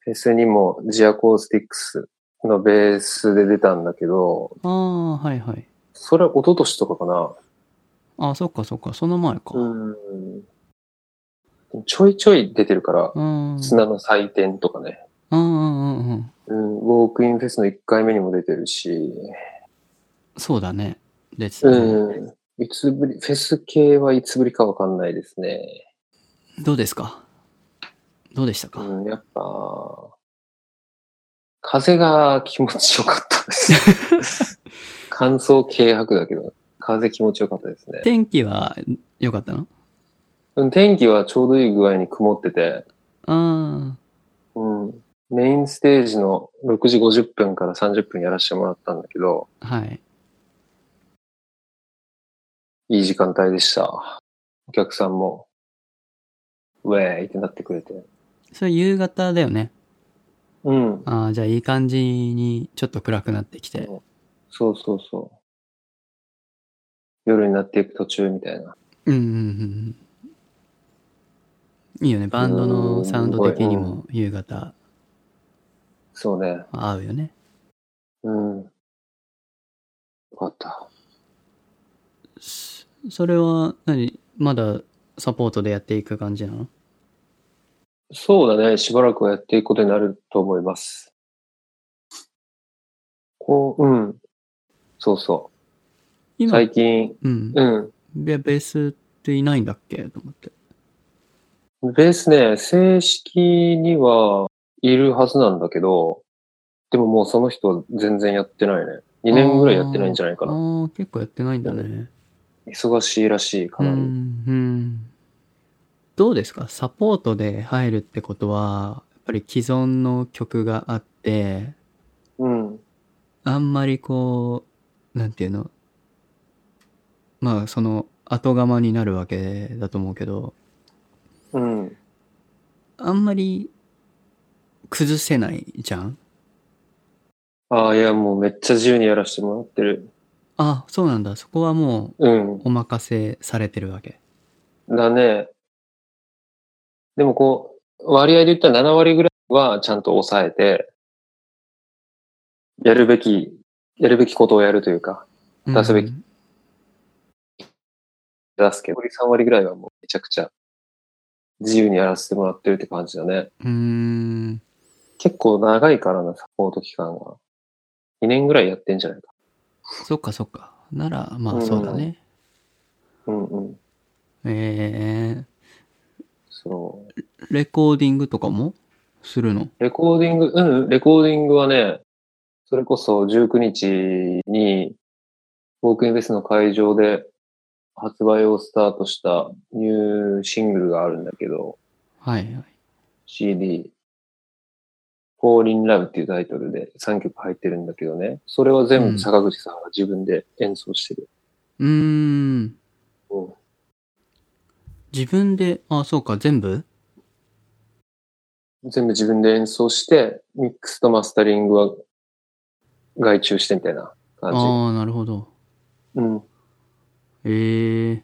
[SPEAKER 1] フェスにもジアコースティックスのベースで出たんだけど、
[SPEAKER 2] ああ、はいはい。
[SPEAKER 1] それは一昨年とかかな
[SPEAKER 2] あ、そっかそっか、その前か。
[SPEAKER 1] うん。ちょいちょい出てるから、
[SPEAKER 2] うん。うん
[SPEAKER 1] 砂の祭典とかね。
[SPEAKER 2] うんうんうん。
[SPEAKER 1] うん、ウォークインフェスの1回目にも出てるし、
[SPEAKER 2] そうだね。ですね、
[SPEAKER 1] うん。いつぶり、フェス系はいつぶりかわかんないですね。
[SPEAKER 2] どうですかどうでしたか、
[SPEAKER 1] うん、やっぱ、風が気持ちよかったです。乾燥軽薄だけど、風気持ちよかったですね。
[SPEAKER 2] 天気は良かったの
[SPEAKER 1] うん天気はちょうどいい具合に曇ってて、
[SPEAKER 2] あ
[SPEAKER 1] うん、メインステージの6時50分から30分やらせてもらったんだけど、
[SPEAKER 2] あ、はい。
[SPEAKER 1] いい時間帯でした。お客さんも、ウェーイってなってくれて。
[SPEAKER 2] それ夕方だよね。
[SPEAKER 1] うん。
[SPEAKER 2] ああ、じゃあいい感じにちょっと暗くなってきて。
[SPEAKER 1] そうそうそう。夜になっていく途中みたいな。
[SPEAKER 2] うんうんうんうん。いいよね。バンドのサウンド的にも夕方
[SPEAKER 1] そうね。
[SPEAKER 2] 合うよね。
[SPEAKER 1] うん。よかった。
[SPEAKER 2] そそれは何まだサポートでやっていく感じなの
[SPEAKER 1] そうだね。しばらくはやっていくことになると思います。こう、うん。そうそ
[SPEAKER 2] 今
[SPEAKER 1] う。、最近、
[SPEAKER 2] うん。
[SPEAKER 1] うん。
[SPEAKER 2] ベベースっていないんだっけと思って。
[SPEAKER 1] ベースね、正式にはいるはずなんだけど、でももうその人は全然やってないね。2年ぐらいやってないんじゃないか
[SPEAKER 2] あ
[SPEAKER 1] な。
[SPEAKER 2] ー結構やってないんだね。
[SPEAKER 1] 忙しいらしい、かな
[SPEAKER 2] う
[SPEAKER 1] り。
[SPEAKER 2] んうんどうですかサポートで入るってことは、やっぱり既存の曲があって、
[SPEAKER 1] うん。
[SPEAKER 2] あんまりこう、なんていうの、まあその後釜になるわけだと思うけど、
[SPEAKER 1] うん。
[SPEAKER 2] あんまり崩せないじゃん
[SPEAKER 1] ああ、いや、もうめっちゃ自由にやらせてもらってる。
[SPEAKER 2] あ、そうなんだ。そこはも
[SPEAKER 1] うん
[SPEAKER 2] う。お任せされてるわけ。
[SPEAKER 1] だね。でもこう、割合で言ったら7割ぐらいはちゃんと抑えて、やるべき、やるべきことをやるというか、出すべき
[SPEAKER 2] うん
[SPEAKER 1] 出すけど、残り3割ぐらいはもうめちゃくちゃ自由にやらせてもらってるって感じだね。
[SPEAKER 2] うーん。
[SPEAKER 1] 結構長いからな、サポート期間が。2年ぐらいやってんじゃないか。
[SPEAKER 2] そっかそっか。なら、ま
[SPEAKER 1] う
[SPEAKER 2] あ
[SPEAKER 1] ん
[SPEAKER 2] そうだね。
[SPEAKER 1] うんうん。
[SPEAKER 2] え
[SPEAKER 1] そう。
[SPEAKER 2] ー、レコーディングとかもするの
[SPEAKER 1] レコーディング、うん、レコーディングはね、それこそ19日に、ウォークインフェスの会場で発売をスタートしたニューシングルがあるんだけど、
[SPEAKER 2] はいはい。
[SPEAKER 1] CD、Fall in Love っていうタイトルで3曲入ってるんだけどね、それは全
[SPEAKER 2] うん
[SPEAKER 1] 部坂口さんが自分で演奏してる。
[SPEAKER 2] うーん。
[SPEAKER 1] うん
[SPEAKER 2] 自分で、あ、そうか、全部
[SPEAKER 1] 全部自分で演奏して、ミックスとマスタリングは外注してみたいな
[SPEAKER 2] あ
[SPEAKER 1] 感
[SPEAKER 2] あー、なるほど。
[SPEAKER 1] じ。うん。
[SPEAKER 2] ええー。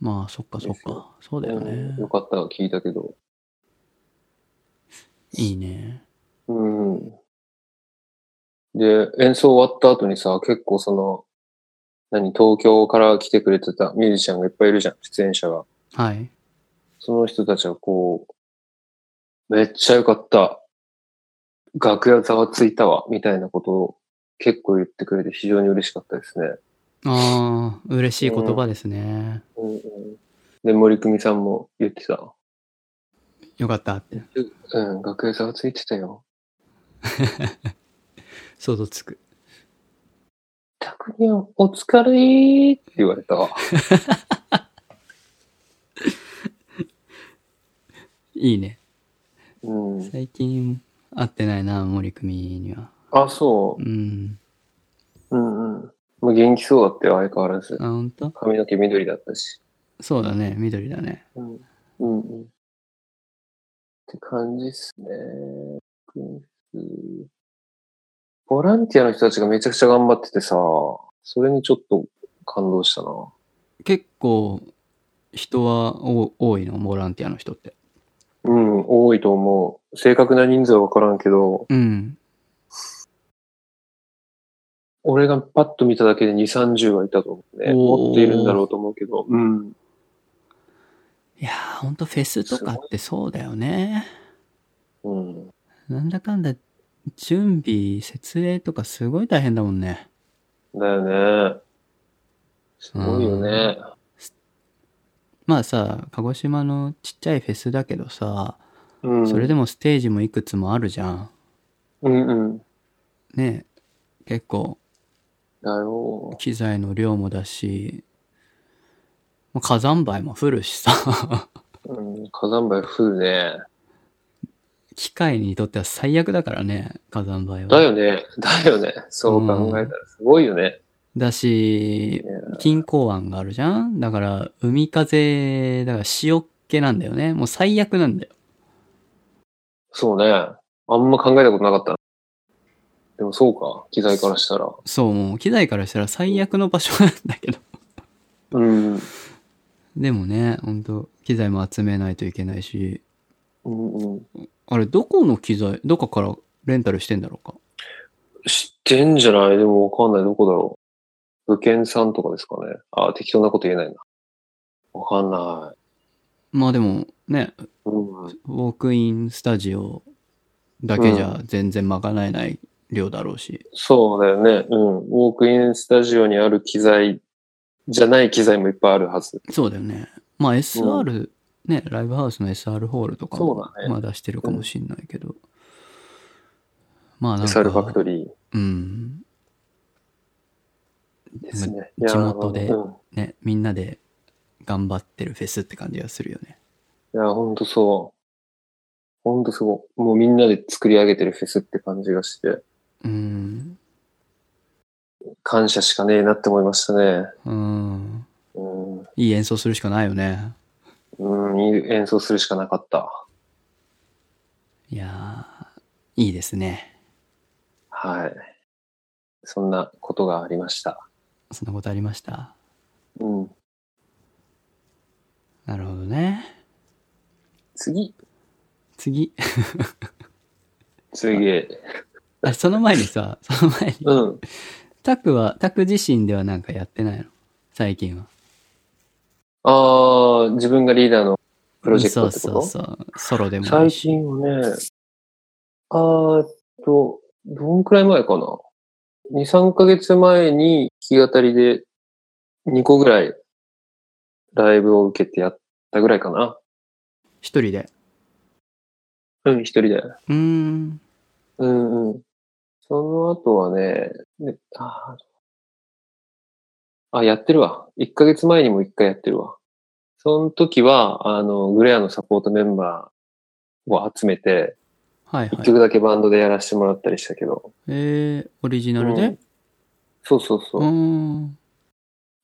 [SPEAKER 2] まあ、そっかそっ
[SPEAKER 1] ですよ
[SPEAKER 2] か。そうだよね。
[SPEAKER 1] よかったら聞いたけど。
[SPEAKER 2] いいね。
[SPEAKER 1] うん。で、演奏終わった後にさ、結構その、何、東京から来てくれてたミュージシャンがいっぱいいるじゃん、出演者が。
[SPEAKER 2] はい。
[SPEAKER 1] その人たちはこう、めっちゃ良かった。楽屋ざわついたわ、みたいなことを結構言ってくれて非常に嬉しかったですね。
[SPEAKER 2] ああ、嬉しい言葉ですね。
[SPEAKER 1] うんうん、で、森久美さんも言ってた。
[SPEAKER 2] よかったって。
[SPEAKER 1] うん、楽屋ざわついてたよ。
[SPEAKER 2] 想像つく。
[SPEAKER 1] たくにゃん、お疲れーって言われたわ。
[SPEAKER 2] いいね。
[SPEAKER 1] うん。
[SPEAKER 2] 最近会ってないな、森組には。
[SPEAKER 1] あ、そう
[SPEAKER 2] う。ん。
[SPEAKER 1] うんうん。まあ、元気そうだって相変わらず
[SPEAKER 2] あ、。ほんと
[SPEAKER 1] 髪の毛緑だったし。
[SPEAKER 2] そうだね、緑だね。
[SPEAKER 1] うん。うんうん。って感じっすね。うんボランティアの人たちがめちゃくちゃ頑張っててさ、それにちょっと感動したな。
[SPEAKER 2] 結構、人はお多いの、ボランティアの人って。
[SPEAKER 1] うん、多いと思う。正確な人数はわからんけど、
[SPEAKER 2] うん。
[SPEAKER 1] 俺がパッと見ただけで2、30はいたと思うね。
[SPEAKER 2] おー
[SPEAKER 1] 持っているんだろうと思うけど。うん。
[SPEAKER 2] いやー、ほんとフェスとかってそうだよね。
[SPEAKER 1] うん。
[SPEAKER 2] なんだかんだ、準備、設営とかすごい大変だもんね。
[SPEAKER 1] だよね。すごいよね。
[SPEAKER 2] まあさ、鹿児島のちっちゃいフェスだけどさ、
[SPEAKER 1] うん。
[SPEAKER 2] それでもステージもいくつもあるじゃん。
[SPEAKER 1] うんうん。
[SPEAKER 2] ねえ結構、
[SPEAKER 1] だよ。
[SPEAKER 2] 機材の量もだし、まあ火山灰も降るしさ、
[SPEAKER 1] うん、火山灰降るね。
[SPEAKER 2] 機械にとっては最悪だからね、火山灰は。
[SPEAKER 1] だよね。だよね。そう考えたらすごいよね。
[SPEAKER 2] だし、錦江湾があるじゃんだから、海風、だから塩っ気なんだよね。もう最悪なんだよ。
[SPEAKER 1] そうね。あんま考えたことなかったな。でもそうか。機材からしたら。
[SPEAKER 2] そう、もう機材からしたら最悪の場所なんだけど。
[SPEAKER 1] うん。うん
[SPEAKER 2] でもね、ほんと、機材も集めないといけないし、
[SPEAKER 1] うん。
[SPEAKER 2] あれ、どこの機材、どこからレンタルしてんだろうか。
[SPEAKER 1] 知ってんじゃないでもわかんない。どこだろう。武剣さんとかですかね。あ、適当なこと言えないな。わかんない。
[SPEAKER 2] まあでも、ね、
[SPEAKER 1] うん。
[SPEAKER 2] ウォークインスタジオだけじゃ全然賄えない量だろうし。
[SPEAKER 1] そうだよね。うん。ウォークインスタジオにある機材じゃない機材もいっぱいあるはず。
[SPEAKER 2] そうだよね。まあ SR、ね、ライブハウスの SR ホールとか
[SPEAKER 1] そうだね
[SPEAKER 2] まあ出してるかもしんないけど。まあなんか。
[SPEAKER 1] SR ファクトリ
[SPEAKER 2] うん。
[SPEAKER 1] ーですね。
[SPEAKER 2] 地元で
[SPEAKER 1] いやーうん
[SPEAKER 2] ね、みんなで頑張ってるフェスって感じがするよね。
[SPEAKER 1] いや、ほんとそう。ほんとすごい。もうみんなで作り上げてるフェスって感じがして、
[SPEAKER 2] うん。
[SPEAKER 1] 感謝しかねえなって思いましたね。
[SPEAKER 2] うん。
[SPEAKER 1] うん。
[SPEAKER 2] いい演奏するしかないよね。
[SPEAKER 1] うん、いい演奏するしかなかった。
[SPEAKER 2] いやー、いいですね。
[SPEAKER 1] はい。そんなことがありました。
[SPEAKER 2] そんなことありました。
[SPEAKER 1] うん。
[SPEAKER 2] なるほどね。
[SPEAKER 1] 次。
[SPEAKER 2] 次。
[SPEAKER 1] 次。
[SPEAKER 2] あ、その前にさ、 その前に。
[SPEAKER 1] うん。
[SPEAKER 2] タクは、タク自身ではなんかやってないの最近は。
[SPEAKER 1] ああ、自分がリーダーのプロジェクトってこと
[SPEAKER 2] そうそうそう。ソロでもあ
[SPEAKER 1] 最
[SPEAKER 2] るし。
[SPEAKER 1] 近はね、あーっと、どんくらい前かな ?2、3ヶ月前に弾き語りで2個ぐらいライブを受けてやったぐらいかな。
[SPEAKER 2] 一人で。
[SPEAKER 1] うん、一人で。
[SPEAKER 2] うーん。
[SPEAKER 1] うんうん。その後はね、ねあーあ、やってるわ。1ヶ月前にも1回やってるわ。その時は、あの、グレアのサポートメンバーを集めて、
[SPEAKER 2] はいは
[SPEAKER 1] 1
[SPEAKER 2] い。
[SPEAKER 1] 曲だけバンドでやらせてもらったりしたけど、
[SPEAKER 2] えー、オリジナル
[SPEAKER 1] う
[SPEAKER 2] で
[SPEAKER 1] んそうそう
[SPEAKER 2] うー
[SPEAKER 1] そ
[SPEAKER 2] ん。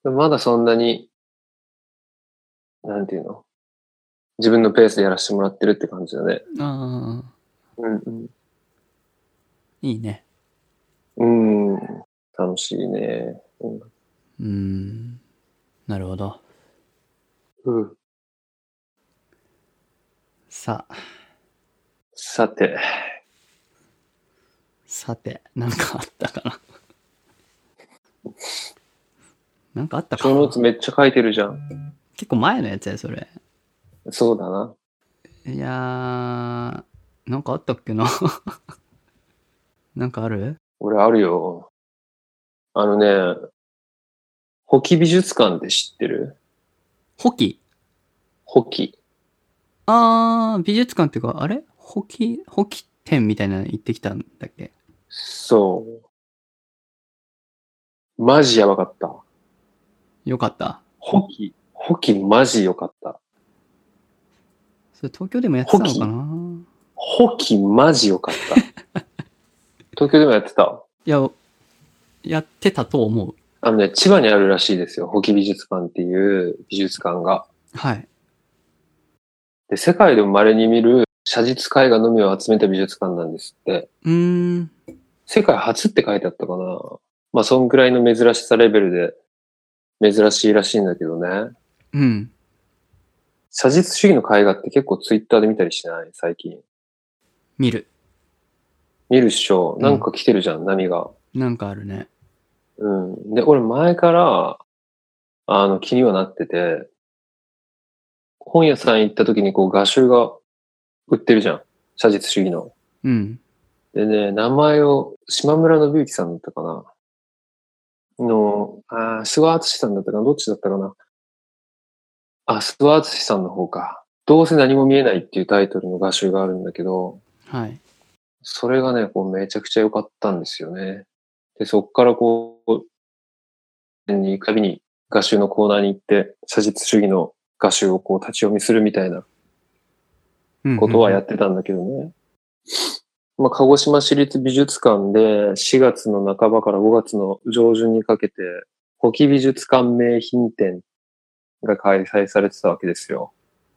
[SPEAKER 1] う。まだそんなに、なんていうの自分のペースでやらせてもらってるって感じだね。
[SPEAKER 2] ああ、
[SPEAKER 1] うん
[SPEAKER 2] いいね。
[SPEAKER 1] うん。うん。楽しいね。うん
[SPEAKER 2] うーん。なるほど。
[SPEAKER 1] うん。
[SPEAKER 2] さあ、
[SPEAKER 1] さて、
[SPEAKER 2] さて、なんかあったかな。 なんかあったか
[SPEAKER 1] 小ノーツ
[SPEAKER 2] な
[SPEAKER 1] めっちゃ書いてるじゃん。
[SPEAKER 2] 結構前のやつや、それ。
[SPEAKER 1] そうだな。
[SPEAKER 2] いやー、なんかあったっけな。 なんかある
[SPEAKER 1] 俺あるよ。あのね、ホキ美術館って知ってる
[SPEAKER 2] ホキ
[SPEAKER 1] ホキ。
[SPEAKER 2] あー、美術館っていうか、あれホキ、ホキ展みたいなの行ってきたんだっけ
[SPEAKER 1] そう。マジやばかった。
[SPEAKER 2] よかった。
[SPEAKER 1] ホキ。ホキマジ良かった。
[SPEAKER 2] それ東京でもやってたの
[SPEAKER 1] ホキ
[SPEAKER 2] かな
[SPEAKER 1] ホキマジ良かった。東京でもやってた。
[SPEAKER 2] いや、やってたと思う。
[SPEAKER 1] あのね、千葉にあるらしいですよ。ホキ美術館っていう美術館が。
[SPEAKER 2] はい。
[SPEAKER 1] で、世界でも稀に見る写実絵画のみを集めた美術館なんですって。
[SPEAKER 2] うーん。
[SPEAKER 1] 世界初って書いてあったかな。まあ、そんくらいの珍しさレベルで、珍しいらしいんだけどね。
[SPEAKER 2] うん。
[SPEAKER 1] 写実主義の絵画って結構ツイッターで見たりしない最近。
[SPEAKER 2] 見る。
[SPEAKER 1] 見るっしょ。なんか来てるじゃん、波が。
[SPEAKER 2] なんかあるね。
[SPEAKER 1] うん。で、俺前から、あの、気にはなってて、本屋さん行った時にこう画集が売ってるじゃん。写実主義の。
[SPEAKER 2] うん。
[SPEAKER 1] でね、名前を、島村信之さんだったかなの、あー諏訪敦さんだったかなどっちだったかなあ、諏訪敦さんの方か。どうせ何も見えないっていうタイトルの画集があるんだけど、
[SPEAKER 2] はい。
[SPEAKER 1] それがね、こうめちゃくちゃ良かったんですよね。で、そっからこう、に行くたびに画集のコーナーに行って、写実主義の画集をこう立ち読みするみたいなことはやってたんだけどね。まあ、鹿児島市立美術館で4月の半ばから5月の上旬にかけて、古希美術館名品展が開催されてたわけですよ。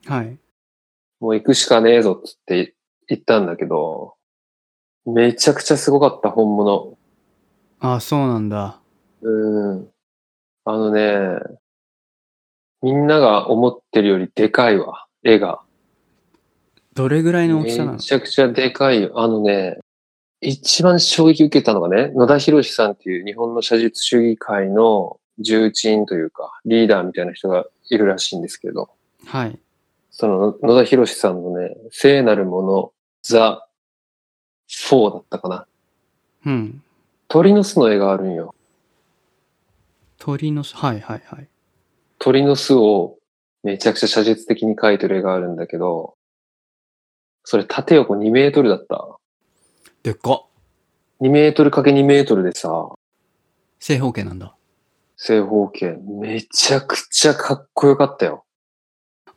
[SPEAKER 2] た。はい。
[SPEAKER 1] もう行くしかねえぞっつって行ったんだけど、めちゃくちゃすごかった、本物。
[SPEAKER 2] ああ、そうなんだ。
[SPEAKER 1] うん。あのね、みんなが思ってるよりでかいわ、絵が。
[SPEAKER 2] どれぐらいの大きさなの
[SPEAKER 1] めちゃくちゃでかいよ。あのね、一番衝撃受けたのがね、野田博さんっていう日本の写実主義会の重鎮というか、リーダーみたいな人がいるらしいんですけど、
[SPEAKER 2] はい。
[SPEAKER 1] その野田博さんのね、聖なるもの、ザ・フォーだったかな。
[SPEAKER 2] うん。
[SPEAKER 1] 鳥の巣の絵があるんよ。
[SPEAKER 2] 鳥の巣、はいはいはい。
[SPEAKER 1] 鳥の巣をめちゃくちゃ写実的に描いてる絵があるんだけど、それ縦横2メートルだった。
[SPEAKER 2] でっかっ
[SPEAKER 1] 2メートルかけ2メートルでさ、
[SPEAKER 2] 正方形なんだ。
[SPEAKER 1] 正方形、めちゃくちゃかっこよかったよ。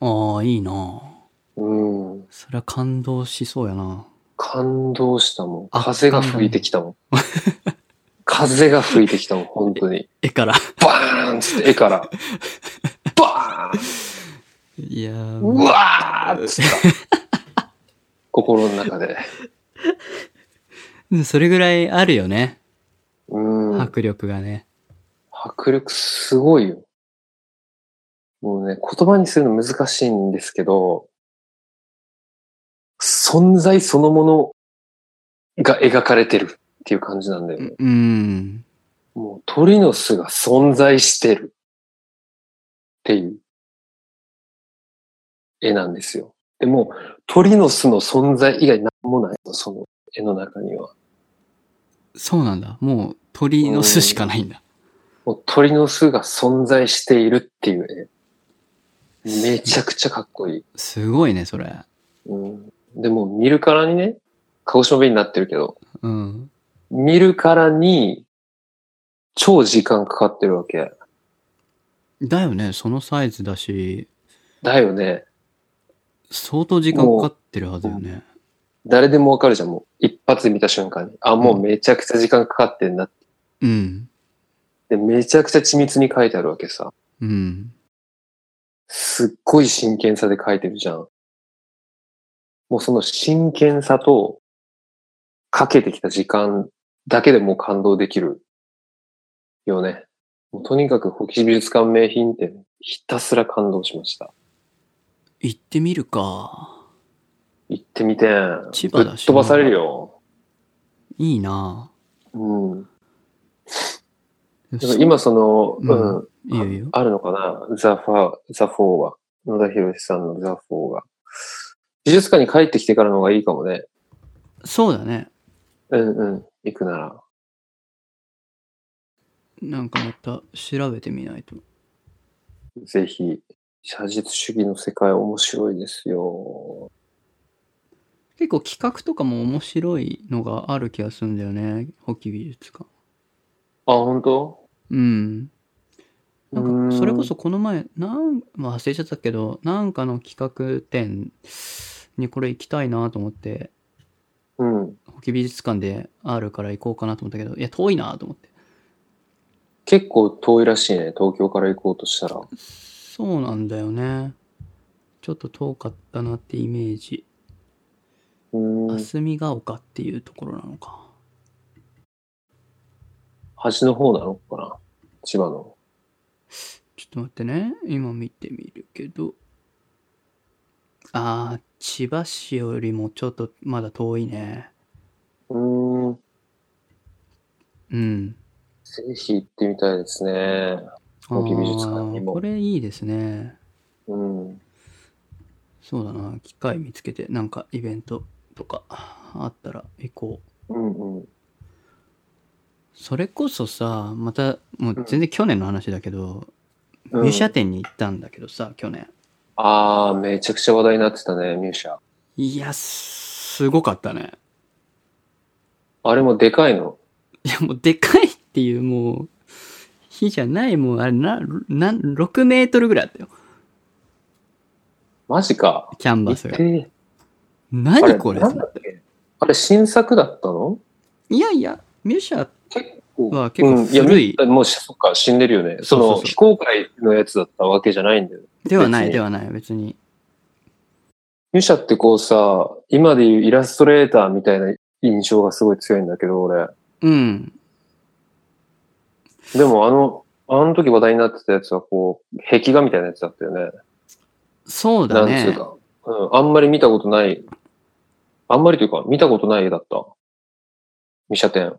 [SPEAKER 2] ああ、いいなあ
[SPEAKER 1] うん。
[SPEAKER 2] それは感動しそうやな。
[SPEAKER 1] 感動したもん。
[SPEAKER 2] あ
[SPEAKER 1] 風が吹いてきたもん。 風が吹いてきたもん、本当に。
[SPEAKER 2] 絵から。
[SPEAKER 1] バーンっつって絵から。バーン
[SPEAKER 2] いや ー
[SPEAKER 1] うわーっつった。心の中で。
[SPEAKER 2] うんそれぐらいあるよね。
[SPEAKER 1] うん。
[SPEAKER 2] 迫力がね。
[SPEAKER 1] 迫力すごいよ。もうね、言葉にするの難しいんですけど、存在そのものが描かれてるっていう感じなんだよね。
[SPEAKER 2] うん。
[SPEAKER 1] もう鳥の巣が存在してるっていう絵なんですよ。でも鳥の巣の存在以外何もないの、その絵の中には。
[SPEAKER 2] そうなんだ。もう鳥の巣しかないんだ。
[SPEAKER 1] もう鳥の巣が存在しているっていう絵。めちゃくちゃかっこいい。
[SPEAKER 2] すごいね、それ。
[SPEAKER 1] うん、でも見るからにね、鹿児島弁になってるけど、
[SPEAKER 2] うん。
[SPEAKER 1] 見るからに超時間かかってるわけ。
[SPEAKER 2] だよね、そのサイズだし、
[SPEAKER 1] だよね。
[SPEAKER 2] 相当時間かかってるはずよね。
[SPEAKER 1] 誰でもわかるじゃん、もう。一発で見た瞬間に。あ、もうめちゃくちゃ時間かかってんなって。
[SPEAKER 2] うん。
[SPEAKER 1] で、めちゃくちゃ緻密に書いてあるわけさ。
[SPEAKER 2] うん。
[SPEAKER 1] すっごい真剣さで書いてるじゃん。もうその真剣さと、かけてきた時間だけでもう感動できる。よね。もうとにかく、保木美術館名品って、ひたすら感動しました。
[SPEAKER 2] 行ってみるか。
[SPEAKER 1] 行ってみて。
[SPEAKER 2] 千
[SPEAKER 1] ぶ
[SPEAKER 2] 葉だしな
[SPEAKER 1] っ飛ばされるよ。
[SPEAKER 2] いいな
[SPEAKER 1] うん。
[SPEAKER 2] ぁ
[SPEAKER 1] だから今その、
[SPEAKER 2] うん
[SPEAKER 1] うん、
[SPEAKER 2] いいよいいよ。
[SPEAKER 1] ああるのかなザ・ファー、ザ・フォーは。野田博さんのザ・フォーが。美術館に帰ってきてからの方がいいかもね。
[SPEAKER 2] そうだね。
[SPEAKER 1] うんうん。行くなら。
[SPEAKER 2] なんかまた調べてみないと。
[SPEAKER 1] ぜひ。写実主義の世界面白いですよ。
[SPEAKER 2] 結構企画とかも面白いのがある気がするんだよね。補給美術館。
[SPEAKER 1] あ、本当
[SPEAKER 2] うん。なんか、それこ。
[SPEAKER 1] うー
[SPEAKER 2] そこの前、なん、まあ忘れちゃったけど、なんかの企画展にこれ行きたいなと思って、
[SPEAKER 1] うん。
[SPEAKER 2] 補給美術館であるから行こうかなと思ったけど、いや、遠いなと思って。
[SPEAKER 1] 結構遠いらしいね。東京から行こうとしたら。
[SPEAKER 2] そうなんだよね。ちょっと遠かったなってイメージ。
[SPEAKER 1] うーん。
[SPEAKER 2] 霞ヶ丘っていうところなのか。
[SPEAKER 1] 端の方なのかな千葉の。
[SPEAKER 2] ちょっと待ってね。今見てみるけど。あー、千葉市よりもちょっとまだ遠いね。
[SPEAKER 1] うーん。
[SPEAKER 2] うん。
[SPEAKER 1] ぜひ行ってみたいですね。大きい美術館にも
[SPEAKER 2] あーこれいいですね。
[SPEAKER 1] うん。
[SPEAKER 2] そうだな。機会見つけて、なんかイベントとかあったら行こう。
[SPEAKER 1] うんうん。
[SPEAKER 2] それこそさ、また、もう全然去年の話だけど、
[SPEAKER 1] うん
[SPEAKER 2] 入社店に行ったんだけどさ、去年。
[SPEAKER 1] ああ、めちゃくちゃ話題になってたね、ミューシャ。
[SPEAKER 2] いや、すごかったね。
[SPEAKER 1] あれもでかいの。
[SPEAKER 2] いや、もうでかいっていう、もう、火じゃない、もう、あれ、な、な、6メートルぐらいあったよ。
[SPEAKER 1] マジか。
[SPEAKER 2] キャンバスが。
[SPEAKER 1] えー、あ
[SPEAKER 2] 何これ
[SPEAKER 1] なんだっけあれ新作だったの
[SPEAKER 2] いやいや、ミュシャ、
[SPEAKER 1] 結構
[SPEAKER 2] は結構古い
[SPEAKER 1] やもうそっか、死んでるよね。その
[SPEAKER 2] そうそうそう
[SPEAKER 1] 非公開のやつだったわけじゃないんだよ。
[SPEAKER 2] ではな
[SPEAKER 1] 別
[SPEAKER 2] い、
[SPEAKER 1] に
[SPEAKER 2] ではない、別に。
[SPEAKER 1] ミュシャってこうさ、今でいうイラストレーターみたいな印象がすごい強いんだけど、俺。
[SPEAKER 2] うん。
[SPEAKER 1] でもあの、あの時話題になってたやつはこう、壁画みたいなやつだったよね。
[SPEAKER 2] そう
[SPEAKER 1] な
[SPEAKER 2] だ
[SPEAKER 1] んつう
[SPEAKER 2] ね。
[SPEAKER 1] か。うん、あんまり見たことない。あんまりというか、見たことない絵だった。ミシャ展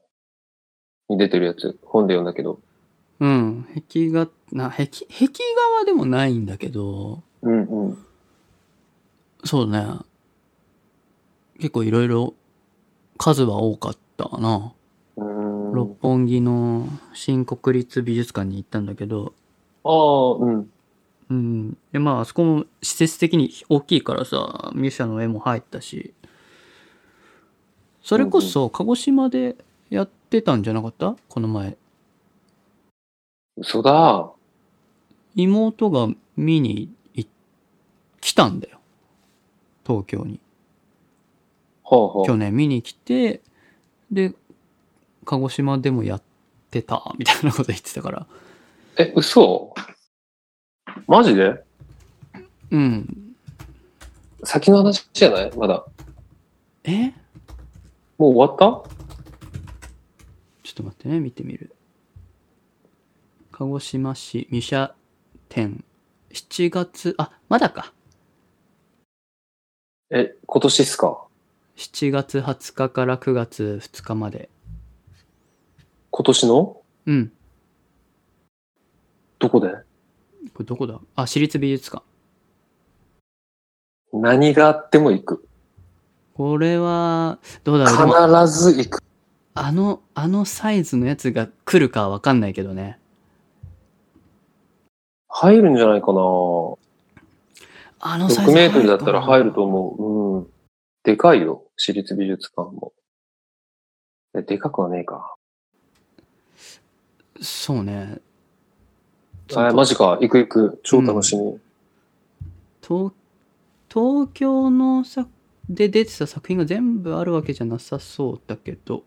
[SPEAKER 1] に出てるやつ。本で読んだけど。
[SPEAKER 2] うん。壁画、な、壁、壁画はでもないんだけど、
[SPEAKER 1] うんうん。
[SPEAKER 2] そうだね。結構いろいろ、数は多かったかな。
[SPEAKER 1] うーん
[SPEAKER 2] 六本木の新国立美術館に行ったんだけど、
[SPEAKER 1] ああ、うん。
[SPEAKER 2] うん。で、まあ、あそこも施設的に大きいからさ、ミュシャの絵も入ったし、それこそ、鹿児島でやってたんじゃなかったこの前。
[SPEAKER 1] 嘘だ。
[SPEAKER 2] 妹が見に行っ来たんだよ。東京に。
[SPEAKER 1] ほうほ
[SPEAKER 2] 去年見に来て、で、鹿児島でもやってた、みたいなこと言ってたから。
[SPEAKER 1] う。え、嘘マジで
[SPEAKER 2] うん。
[SPEAKER 1] 先の話じゃないまだ。
[SPEAKER 2] え
[SPEAKER 1] もう終わっ
[SPEAKER 2] ちょっと待ってね、見てみる。鹿児島市ミシャ店。7月、あ、まだか。
[SPEAKER 1] たえ、今年っすか
[SPEAKER 2] 7月20日から9月2日まで。
[SPEAKER 1] 今年の
[SPEAKER 2] うん。
[SPEAKER 1] どこで
[SPEAKER 2] これどこだあ、私立美術館。
[SPEAKER 1] 何があっても行く。
[SPEAKER 2] これは、どうだろう。でも、
[SPEAKER 1] 必ず行く。
[SPEAKER 2] あの、あのサイズのやつが来るかはわかんないけどね。
[SPEAKER 1] 入るんじゃないかな
[SPEAKER 2] あのサイズ
[SPEAKER 1] 6メートルだったら入ると
[SPEAKER 2] う。
[SPEAKER 1] 思う。うん。でかいよ。私立美術館も。えでかくはねえか。
[SPEAKER 2] そうね。
[SPEAKER 1] あ、マジか。行く行く。超楽しみ。
[SPEAKER 2] 東東京のさで出てた作品が全部あるわけじゃなさそうだけど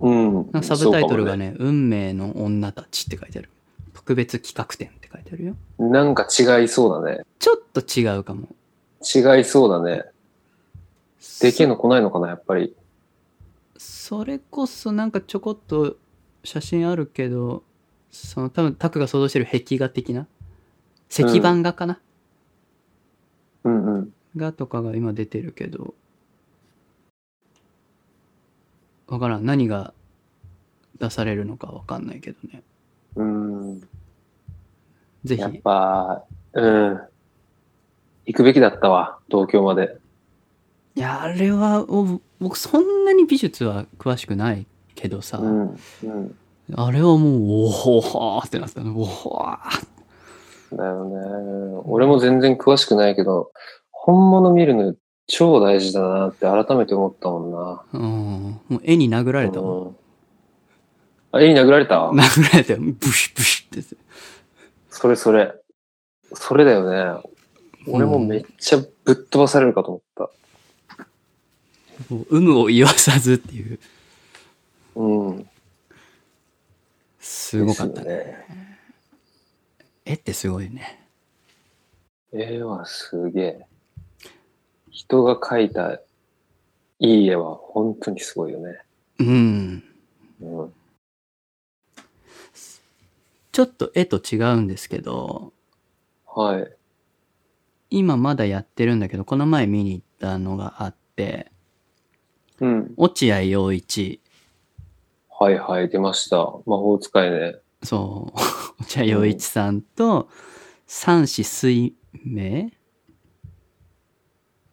[SPEAKER 1] うん。
[SPEAKER 2] なんかサブタイトルが
[SPEAKER 1] そうかもね。
[SPEAKER 2] ね「運命の女たち」って書いてある特別企画展って書いてあるよ
[SPEAKER 1] なんか違いそうだね。
[SPEAKER 2] ちょっと違うかも
[SPEAKER 1] 違いそうだね。でけえの来ないのかな、やっぱり。
[SPEAKER 2] そそれこそなんかちょこっと写真あるけどその多分タクが想像してる壁画的な石版画かな、
[SPEAKER 1] うんうん。
[SPEAKER 2] がとかが今出てるけどわからん何が出されるのかわかんないけどね
[SPEAKER 1] うん。
[SPEAKER 2] ぜひ
[SPEAKER 1] やっぱ、うん。行くべきだったわ。東京まで。
[SPEAKER 2] いやあれはお僕そんなに美術は詳しくないけどさ、
[SPEAKER 1] うん。うん。
[SPEAKER 2] あれはもうおほほーってなってたのおほー
[SPEAKER 1] だよね。俺も全然詳しくないけど、本物見るの超大事だなって改めて思ったもんな。
[SPEAKER 2] うんもう絵に殴られたもん
[SPEAKER 1] うんあ、絵に殴られた
[SPEAKER 2] 殴られてブシュブシュって
[SPEAKER 1] それそれ。それだよね。俺もめっちゃぶっ飛ばされるかと思った。
[SPEAKER 2] もう有無を言わさずっていう
[SPEAKER 1] うん。
[SPEAKER 2] すごかったね
[SPEAKER 1] ですよね。
[SPEAKER 2] 絵ってすごいね
[SPEAKER 1] 絵はすげえ。人が描いたいい絵は本当にすごいよね。
[SPEAKER 2] うん
[SPEAKER 1] うん。
[SPEAKER 2] ちょっと絵と違うんですけど
[SPEAKER 1] はい。
[SPEAKER 2] 今まだやってるんだけどこの前見に行ったのがあって
[SPEAKER 1] うん。
[SPEAKER 2] 落合陽一
[SPEAKER 1] はいはい、出ました。魔法使いね。
[SPEAKER 2] そう。 じゃあ、洋一さんと、三子水明っ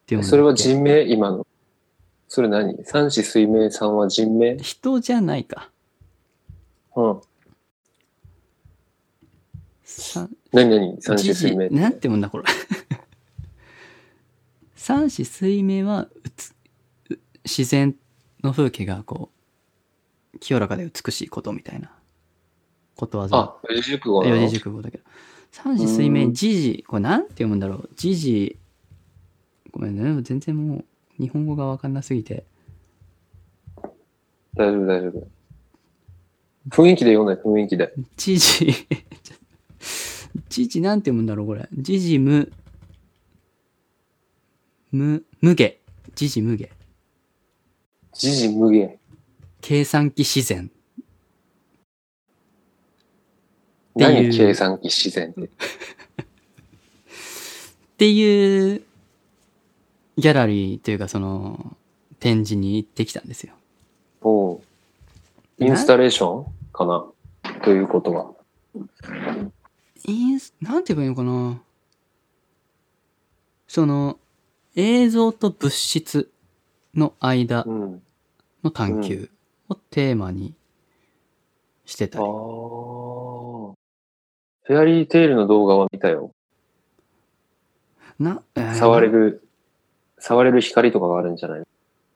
[SPEAKER 2] ていうの
[SPEAKER 1] それは人名今の。それ何三子水明さんは人名
[SPEAKER 2] 人じゃないか。
[SPEAKER 1] うん。
[SPEAKER 2] さ
[SPEAKER 1] 何何三子
[SPEAKER 2] じ
[SPEAKER 1] 水
[SPEAKER 2] じ
[SPEAKER 1] 明。
[SPEAKER 2] なんてもんだ、これ。 三子水明はうつ、う自然の風景がこう、清らかで美しいことみたいなことわざ。
[SPEAKER 1] あ、四字熟語なの
[SPEAKER 2] 四字熟語だけど。三時水
[SPEAKER 1] う
[SPEAKER 2] 明、
[SPEAKER 1] ん
[SPEAKER 2] 時時、これなんて読むんだろう。時時、ごめんね、全然もう、日本語がわかんなすぎて。
[SPEAKER 1] 大丈夫大丈夫。雰囲気で読んで、雰囲気で。
[SPEAKER 2] 時時、時時 なんて読むんだろう、これ。時時無、無、無下。時時無下。
[SPEAKER 1] 時事無限。
[SPEAKER 2] 計算機自然。ていう
[SPEAKER 1] 何計算機自然って。
[SPEAKER 2] っていう、ギャラリーというか、その、展示に行ってきたんですよ。
[SPEAKER 1] おうインスタレーションかなということは。
[SPEAKER 2] インス、なんて言えばいいのかなその、映像と物質の間
[SPEAKER 1] うん。
[SPEAKER 2] の探求をテーマにして
[SPEAKER 1] あ
[SPEAKER 2] たり。
[SPEAKER 1] あ。フェアリーテイルの動画は見たよ。
[SPEAKER 2] な、えー
[SPEAKER 1] 触れる、触れる光とかがあるんじゃない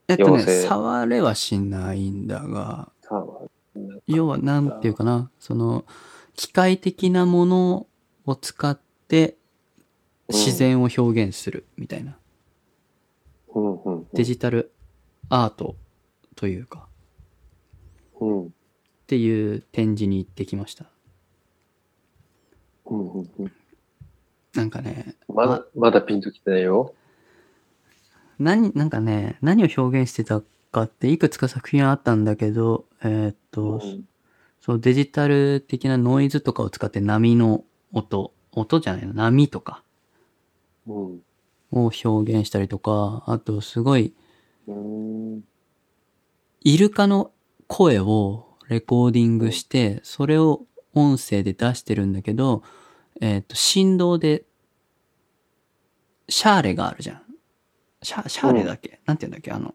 [SPEAKER 2] えっとね、
[SPEAKER 1] 妖精
[SPEAKER 2] 触れはしないんだが、
[SPEAKER 1] さは、
[SPEAKER 2] 要は、なんていうかな、その、機械的なものを使って
[SPEAKER 1] うん
[SPEAKER 2] 自然を表現するみたいな。
[SPEAKER 1] うんうんうん。
[SPEAKER 2] デジタルアートというか、
[SPEAKER 1] うん。
[SPEAKER 2] っていう展示に行ってきました。
[SPEAKER 1] うんうんうん。
[SPEAKER 2] なんかね、
[SPEAKER 1] まだ、まだピンときてないよ。
[SPEAKER 2] 何、なんかね、何を表現してたかっていくつか作品はあったんだけど、えーっと、
[SPEAKER 1] うん
[SPEAKER 2] そうデジタル的なノイズとかを使って波の音、音じゃないの、波とか
[SPEAKER 1] うん。
[SPEAKER 2] を表現したりとか、あとすごい、
[SPEAKER 1] うん。
[SPEAKER 2] イルカの声をレコーディングして、それを音声で出してるんだけど、えーっと、振動で、シャーレがあるじゃん。シャ、シャーレだっけ、なんて言うんだっけあの、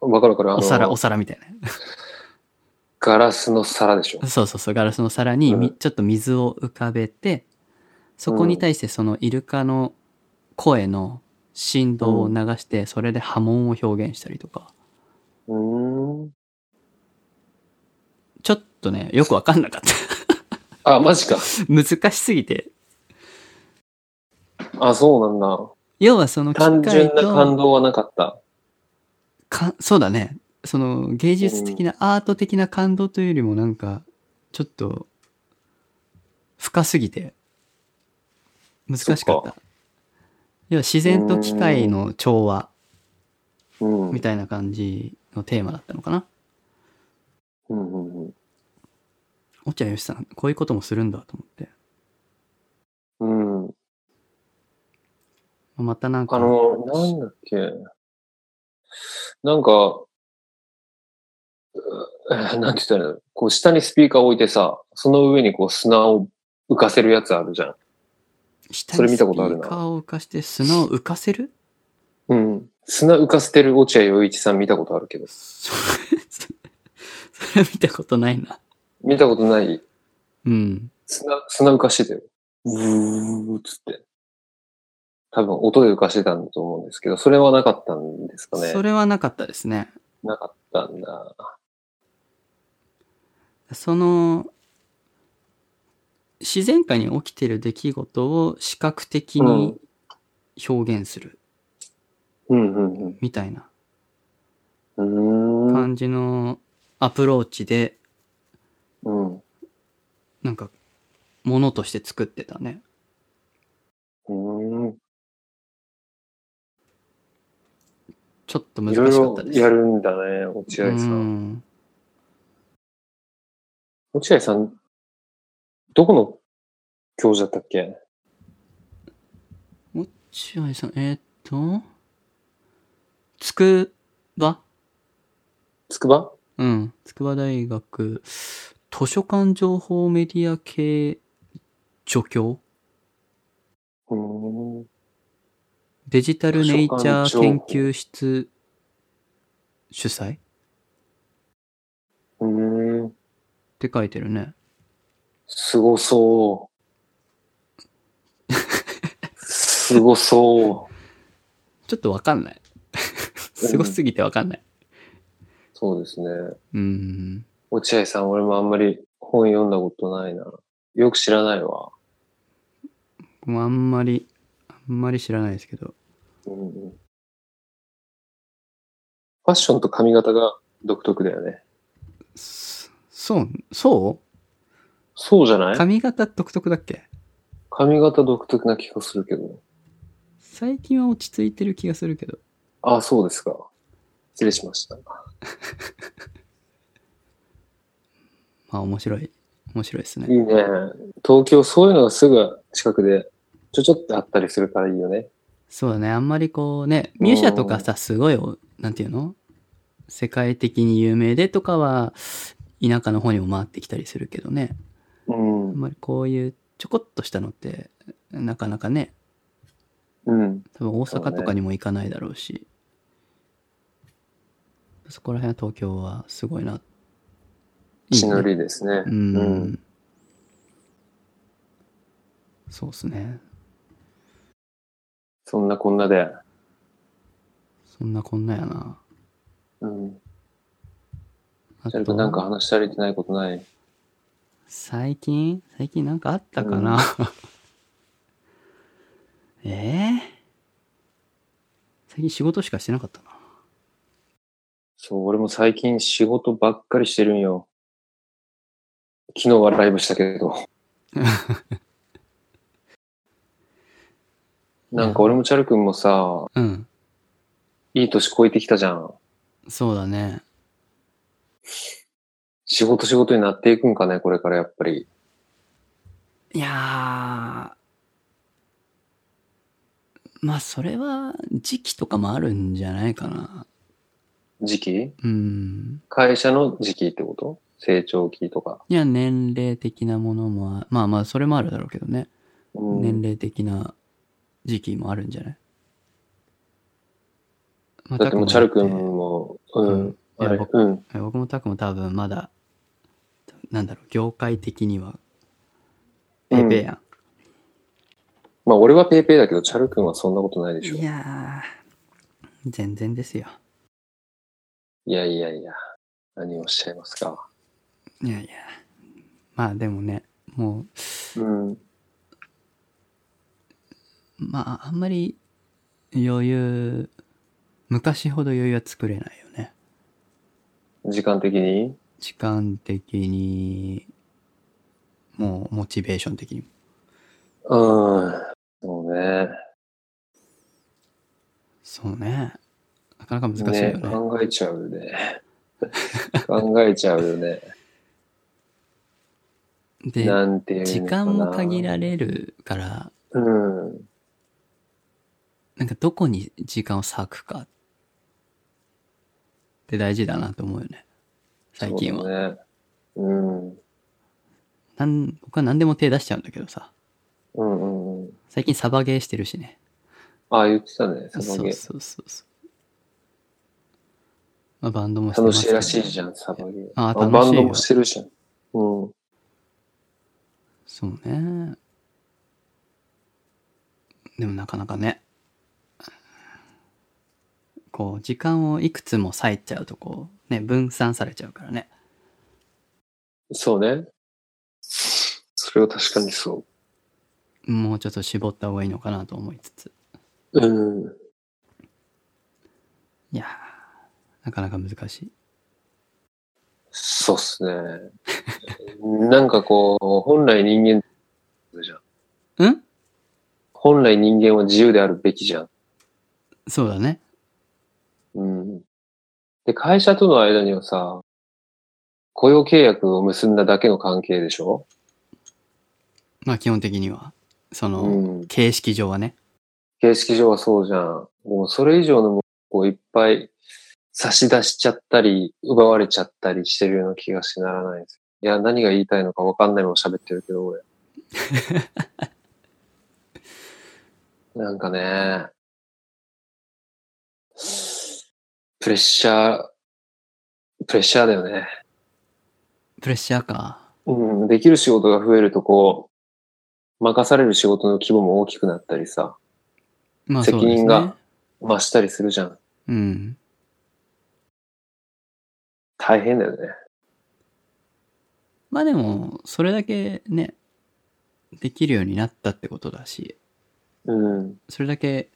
[SPEAKER 1] わかるわかる。あの
[SPEAKER 2] お皿、お皿みたいな。
[SPEAKER 1] ガラスの皿でしょ。
[SPEAKER 2] そうそうそう、ガラスの皿にみ、
[SPEAKER 1] うん
[SPEAKER 2] ちょっと水を浮かべて、そこに対してそのイルカの声の振動を流して、それで波紋を表現したりとか、
[SPEAKER 1] うん。
[SPEAKER 2] ちょっとね、よくわかんなかった。
[SPEAKER 1] あ、マジか。
[SPEAKER 2] 難しすぎて。
[SPEAKER 1] あ、そうなん
[SPEAKER 2] 要はその
[SPEAKER 1] だ。単
[SPEAKER 2] 機
[SPEAKER 1] 純
[SPEAKER 2] 械
[SPEAKER 1] な感
[SPEAKER 2] と、
[SPEAKER 1] 動はなかった。
[SPEAKER 2] かそうだね、その芸術的な、アート的な感動というよりもなんか、ちょっと、深すぎて、難しかっ
[SPEAKER 1] そ
[SPEAKER 2] た。要は自然と機械の調和。
[SPEAKER 1] うん。
[SPEAKER 2] みたいな感じのテーマだったのかな。
[SPEAKER 1] うんうんうん。
[SPEAKER 2] 落合よしさん、こういうこともするんだと思って。
[SPEAKER 1] うん。
[SPEAKER 2] またなんか、
[SPEAKER 1] あの、なんだっけ。なんか、う ーなんて言ったらいいのこう下にスピーカー置いてさ、その上にこう砂を浮かせるやつあるじゃん。
[SPEAKER 2] 下
[SPEAKER 1] そ
[SPEAKER 2] に
[SPEAKER 1] れ見たことあるな
[SPEAKER 2] スピーカーを浮かして砂を浮かせる
[SPEAKER 1] うん。砂浮かせてる落合陽一さん見たことあるけど。
[SPEAKER 2] それ、そそれ見たことないな。
[SPEAKER 1] 見たことない
[SPEAKER 2] うん。
[SPEAKER 1] 砂、砂浮かしてたよ。うーっつって。多分音で浮かしてたんだと思うんですけど、それはなかったんですかね
[SPEAKER 2] そ。れはなかったですね。
[SPEAKER 1] なかったんだ。
[SPEAKER 2] その、自然界に起きてる出来事を視覚的に表現する
[SPEAKER 1] うんうん
[SPEAKER 2] みたいな
[SPEAKER 1] うん。うーん。
[SPEAKER 2] 感じのアプローチで、
[SPEAKER 1] うん。う
[SPEAKER 2] なんか、ものとして作ってたね。
[SPEAKER 1] ーん。
[SPEAKER 2] ちょっと難
[SPEAKER 1] い
[SPEAKER 2] しか
[SPEAKER 1] ろい
[SPEAKER 2] っ
[SPEAKER 1] ろ
[SPEAKER 2] たです。
[SPEAKER 1] やるんだね、落合
[SPEAKER 2] う
[SPEAKER 1] さん。
[SPEAKER 2] ん。
[SPEAKER 1] 落合さん、どこの教授だったっけ
[SPEAKER 2] 落合さん、えーっと、つくば
[SPEAKER 1] 筑波
[SPEAKER 2] うん。筑波大学、図書館情報メディア系助教
[SPEAKER 1] うーん。
[SPEAKER 2] デジタルネイチャ
[SPEAKER 1] 図書館情
[SPEAKER 2] ー研
[SPEAKER 1] 報
[SPEAKER 2] 究室主催っ
[SPEAKER 1] うーん。
[SPEAKER 2] て書いてるね。
[SPEAKER 1] すご そう。すごそう。
[SPEAKER 2] ちょっとわかんない。すごすぎてわかんない。
[SPEAKER 1] そうですね。
[SPEAKER 2] うん。
[SPEAKER 1] 落合さん、俺もあんまり本読んだことないな。よく知らないわ。
[SPEAKER 2] もうあんまり、あんまり知らないですけど。
[SPEAKER 1] うんうん、ファッションと髪型が独特だよね。
[SPEAKER 2] そそう、そう
[SPEAKER 1] そうじゃない
[SPEAKER 2] 髪型独特だっけ
[SPEAKER 1] 髪型独特な気がするけど。
[SPEAKER 2] 最近は落ち着いてる気がするけど。
[SPEAKER 1] ああ、そうですか。失礼しました。
[SPEAKER 2] まあ面白い。面白いです
[SPEAKER 1] い
[SPEAKER 2] ね。
[SPEAKER 1] いね。東京、そういうのがすぐ近くで、ちょちょってあったりするからいいよね。
[SPEAKER 2] そうだね。あんまりこうね、ミュシャとかさ、すごいお、なんていうの世界的に有名でとかは、田舎の方にも回ってきたりするけどね。
[SPEAKER 1] うん
[SPEAKER 2] あん。まりこういうちょこっとしたのって、なかなかね、
[SPEAKER 1] うん。
[SPEAKER 2] 多分大
[SPEAKER 1] そう
[SPEAKER 2] 阪
[SPEAKER 1] ね
[SPEAKER 2] とかにも行かないだろうし。そこら辺は東京はすごいな。いい
[SPEAKER 1] 血
[SPEAKER 2] ね
[SPEAKER 1] のりですね。
[SPEAKER 2] う
[SPEAKER 1] うん
[SPEAKER 2] ん。そうですね。
[SPEAKER 1] そんなこんなで。
[SPEAKER 2] そんなこんなやな。
[SPEAKER 1] うん。
[SPEAKER 2] あ
[SPEAKER 1] シャル君なんか話し足りてないことない。
[SPEAKER 2] 最近最近なんかあったかな、 ええ最近仕事しかしてなかったな。
[SPEAKER 1] そう、俺も最近仕事ばっかりしてるんよ。昨日はライブしたけ ど。なんか俺もチャル君もさ、
[SPEAKER 2] うん。
[SPEAKER 1] いい年こえてきたじゃん。
[SPEAKER 2] そうだね。
[SPEAKER 1] 仕事仕事になっていくんかね、これからやっぱり。
[SPEAKER 2] いやー、まあそれは時期とかもあるんじゃないかな。
[SPEAKER 1] 時期
[SPEAKER 2] うん。
[SPEAKER 1] 会社の時期ってこと成長期とか。
[SPEAKER 2] いや、年齢的なものもあ、まあまあそれもあるだろうけどね。
[SPEAKER 1] うん
[SPEAKER 2] 年齢的な時期もあるんじゃない、まあ
[SPEAKER 1] だってもうチャル君
[SPEAKER 2] 拓磨だっ
[SPEAKER 1] も、うん。
[SPEAKER 2] うん
[SPEAKER 1] あ
[SPEAKER 2] いや
[SPEAKER 1] れ、
[SPEAKER 2] 僕
[SPEAKER 1] うん。
[SPEAKER 2] て僕もたくも多分まだ、なんだろう、業界的には、ペーペーやん。
[SPEAKER 1] まあ俺はペイペイだけど、チャル君はそんなことないでしょ
[SPEAKER 2] い。やー、全然ですよ。
[SPEAKER 1] いやいやいや。何をおっしゃいますか。
[SPEAKER 2] いやいや。まあでもね、もう、
[SPEAKER 1] うん。
[SPEAKER 2] まああんまり余裕、昔ほど余裕は作れないよね。
[SPEAKER 1] 時間的に
[SPEAKER 2] 時間的に、もうモチベーション的にも。
[SPEAKER 1] うん。そうね。
[SPEAKER 2] そうね。なかなか難しいよね。
[SPEAKER 1] ね考えちゃうね。 考えちゃうよね。
[SPEAKER 2] で、
[SPEAKER 1] なんていうのかな
[SPEAKER 2] 時間も限られるから、
[SPEAKER 1] うん。
[SPEAKER 2] なんかどこに時間を割くかって大事だなと思うよね。最近
[SPEAKER 1] そ
[SPEAKER 2] は。
[SPEAKER 1] うだね。うん。
[SPEAKER 2] なん僕は何でも手出しちゃうんだけどさ。
[SPEAKER 1] うんうんうん。
[SPEAKER 2] 最近サバゲーしてるしね。
[SPEAKER 1] ああ、言ってたね。サ
[SPEAKER 2] そ
[SPEAKER 1] バ
[SPEAKER 2] う
[SPEAKER 1] ゲ
[SPEAKER 2] そうそうそう。まあバンドもしてま
[SPEAKER 1] 楽し
[SPEAKER 2] すけ
[SPEAKER 1] い
[SPEAKER 2] ど
[SPEAKER 1] らしいじゃん、サバゲー。
[SPEAKER 2] あ楽しいよ
[SPEAKER 1] バンドもしてるじゃん。うん。
[SPEAKER 2] そうね。でもなかなかね。こう、時間をいくつも割いちゃうとこう、ね、分散されちゃうからね。
[SPEAKER 1] そうね。それは確かにそ
[SPEAKER 2] もうちょっと絞った方がいいのかなと思いつつ。
[SPEAKER 1] う。うん。
[SPEAKER 2] いやー、なかなか難しい。
[SPEAKER 1] そうっす ね。なんかこう、本来人間じゃん。
[SPEAKER 2] うん
[SPEAKER 1] 本来人間は自由であるべきじゃん。
[SPEAKER 2] そうだね。
[SPEAKER 1] うん。で、会社との間にはさ、雇用契約を結んだだけの関係でしょ
[SPEAKER 2] まあ基本的には。その、
[SPEAKER 1] うん。
[SPEAKER 2] 形式上はね。
[SPEAKER 1] 形式上はそうじゃん。でもそれ以上のものをいっぱい差し出しちゃったり、奪われちゃったりしてるような気がしてならないです。いや、何が言いたいのかわかんないまま喋ってるけど、俺。なんかね、プレッシャー、プレッシャーだよね。
[SPEAKER 2] プレッシャーか。
[SPEAKER 1] うん、できる仕事が増えるとこう、任される仕事の規模も大きくなったりさ、
[SPEAKER 2] まあそうですね。
[SPEAKER 1] 責任が。増したりするじゃん。
[SPEAKER 2] うん。
[SPEAKER 1] 大変だよね。
[SPEAKER 2] まあでも、それだけね、できるようになったってことだし、
[SPEAKER 1] うん。
[SPEAKER 2] それだけ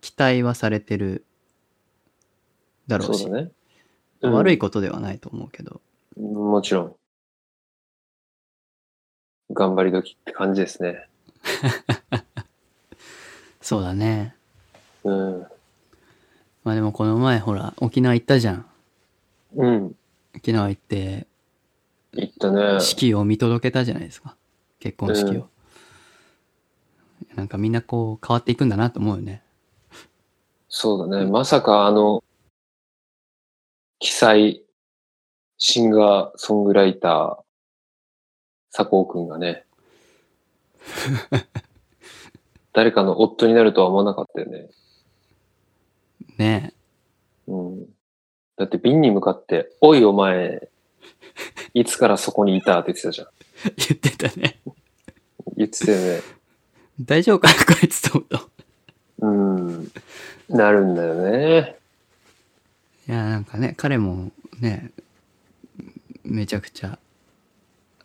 [SPEAKER 2] 期待はされてるだろうし、
[SPEAKER 1] そうだね。
[SPEAKER 2] 悪
[SPEAKER 1] い、
[SPEAKER 2] いことではないと思うけど、
[SPEAKER 1] もちろん。頑張り時って感じですね。
[SPEAKER 2] そうだね。
[SPEAKER 1] うん。
[SPEAKER 2] まあでもこの前ほら、沖縄行ったじゃん。
[SPEAKER 1] うん。
[SPEAKER 2] 沖縄行って、
[SPEAKER 1] 言ったね。
[SPEAKER 2] 式を見届けたじゃないですか。結婚式を。なんかみんなこう変わっていくんだなと思うよね。
[SPEAKER 1] そうだね。まさかあの、記載、シンガー、ソングライター、佐藤くんが ね、誰かの夫になるとは思わなかったよね。
[SPEAKER 2] ね
[SPEAKER 1] うん。だって瓶に向かって、おいお前、いつからそこにいたって言ってたじゃん。
[SPEAKER 2] え。言ってたね。
[SPEAKER 1] 言ってたよね。
[SPEAKER 2] 大丈夫かなこいつと思った。
[SPEAKER 1] うん。なるんだよね。
[SPEAKER 2] いいや、なんかね、彼もね、めちゃくちゃ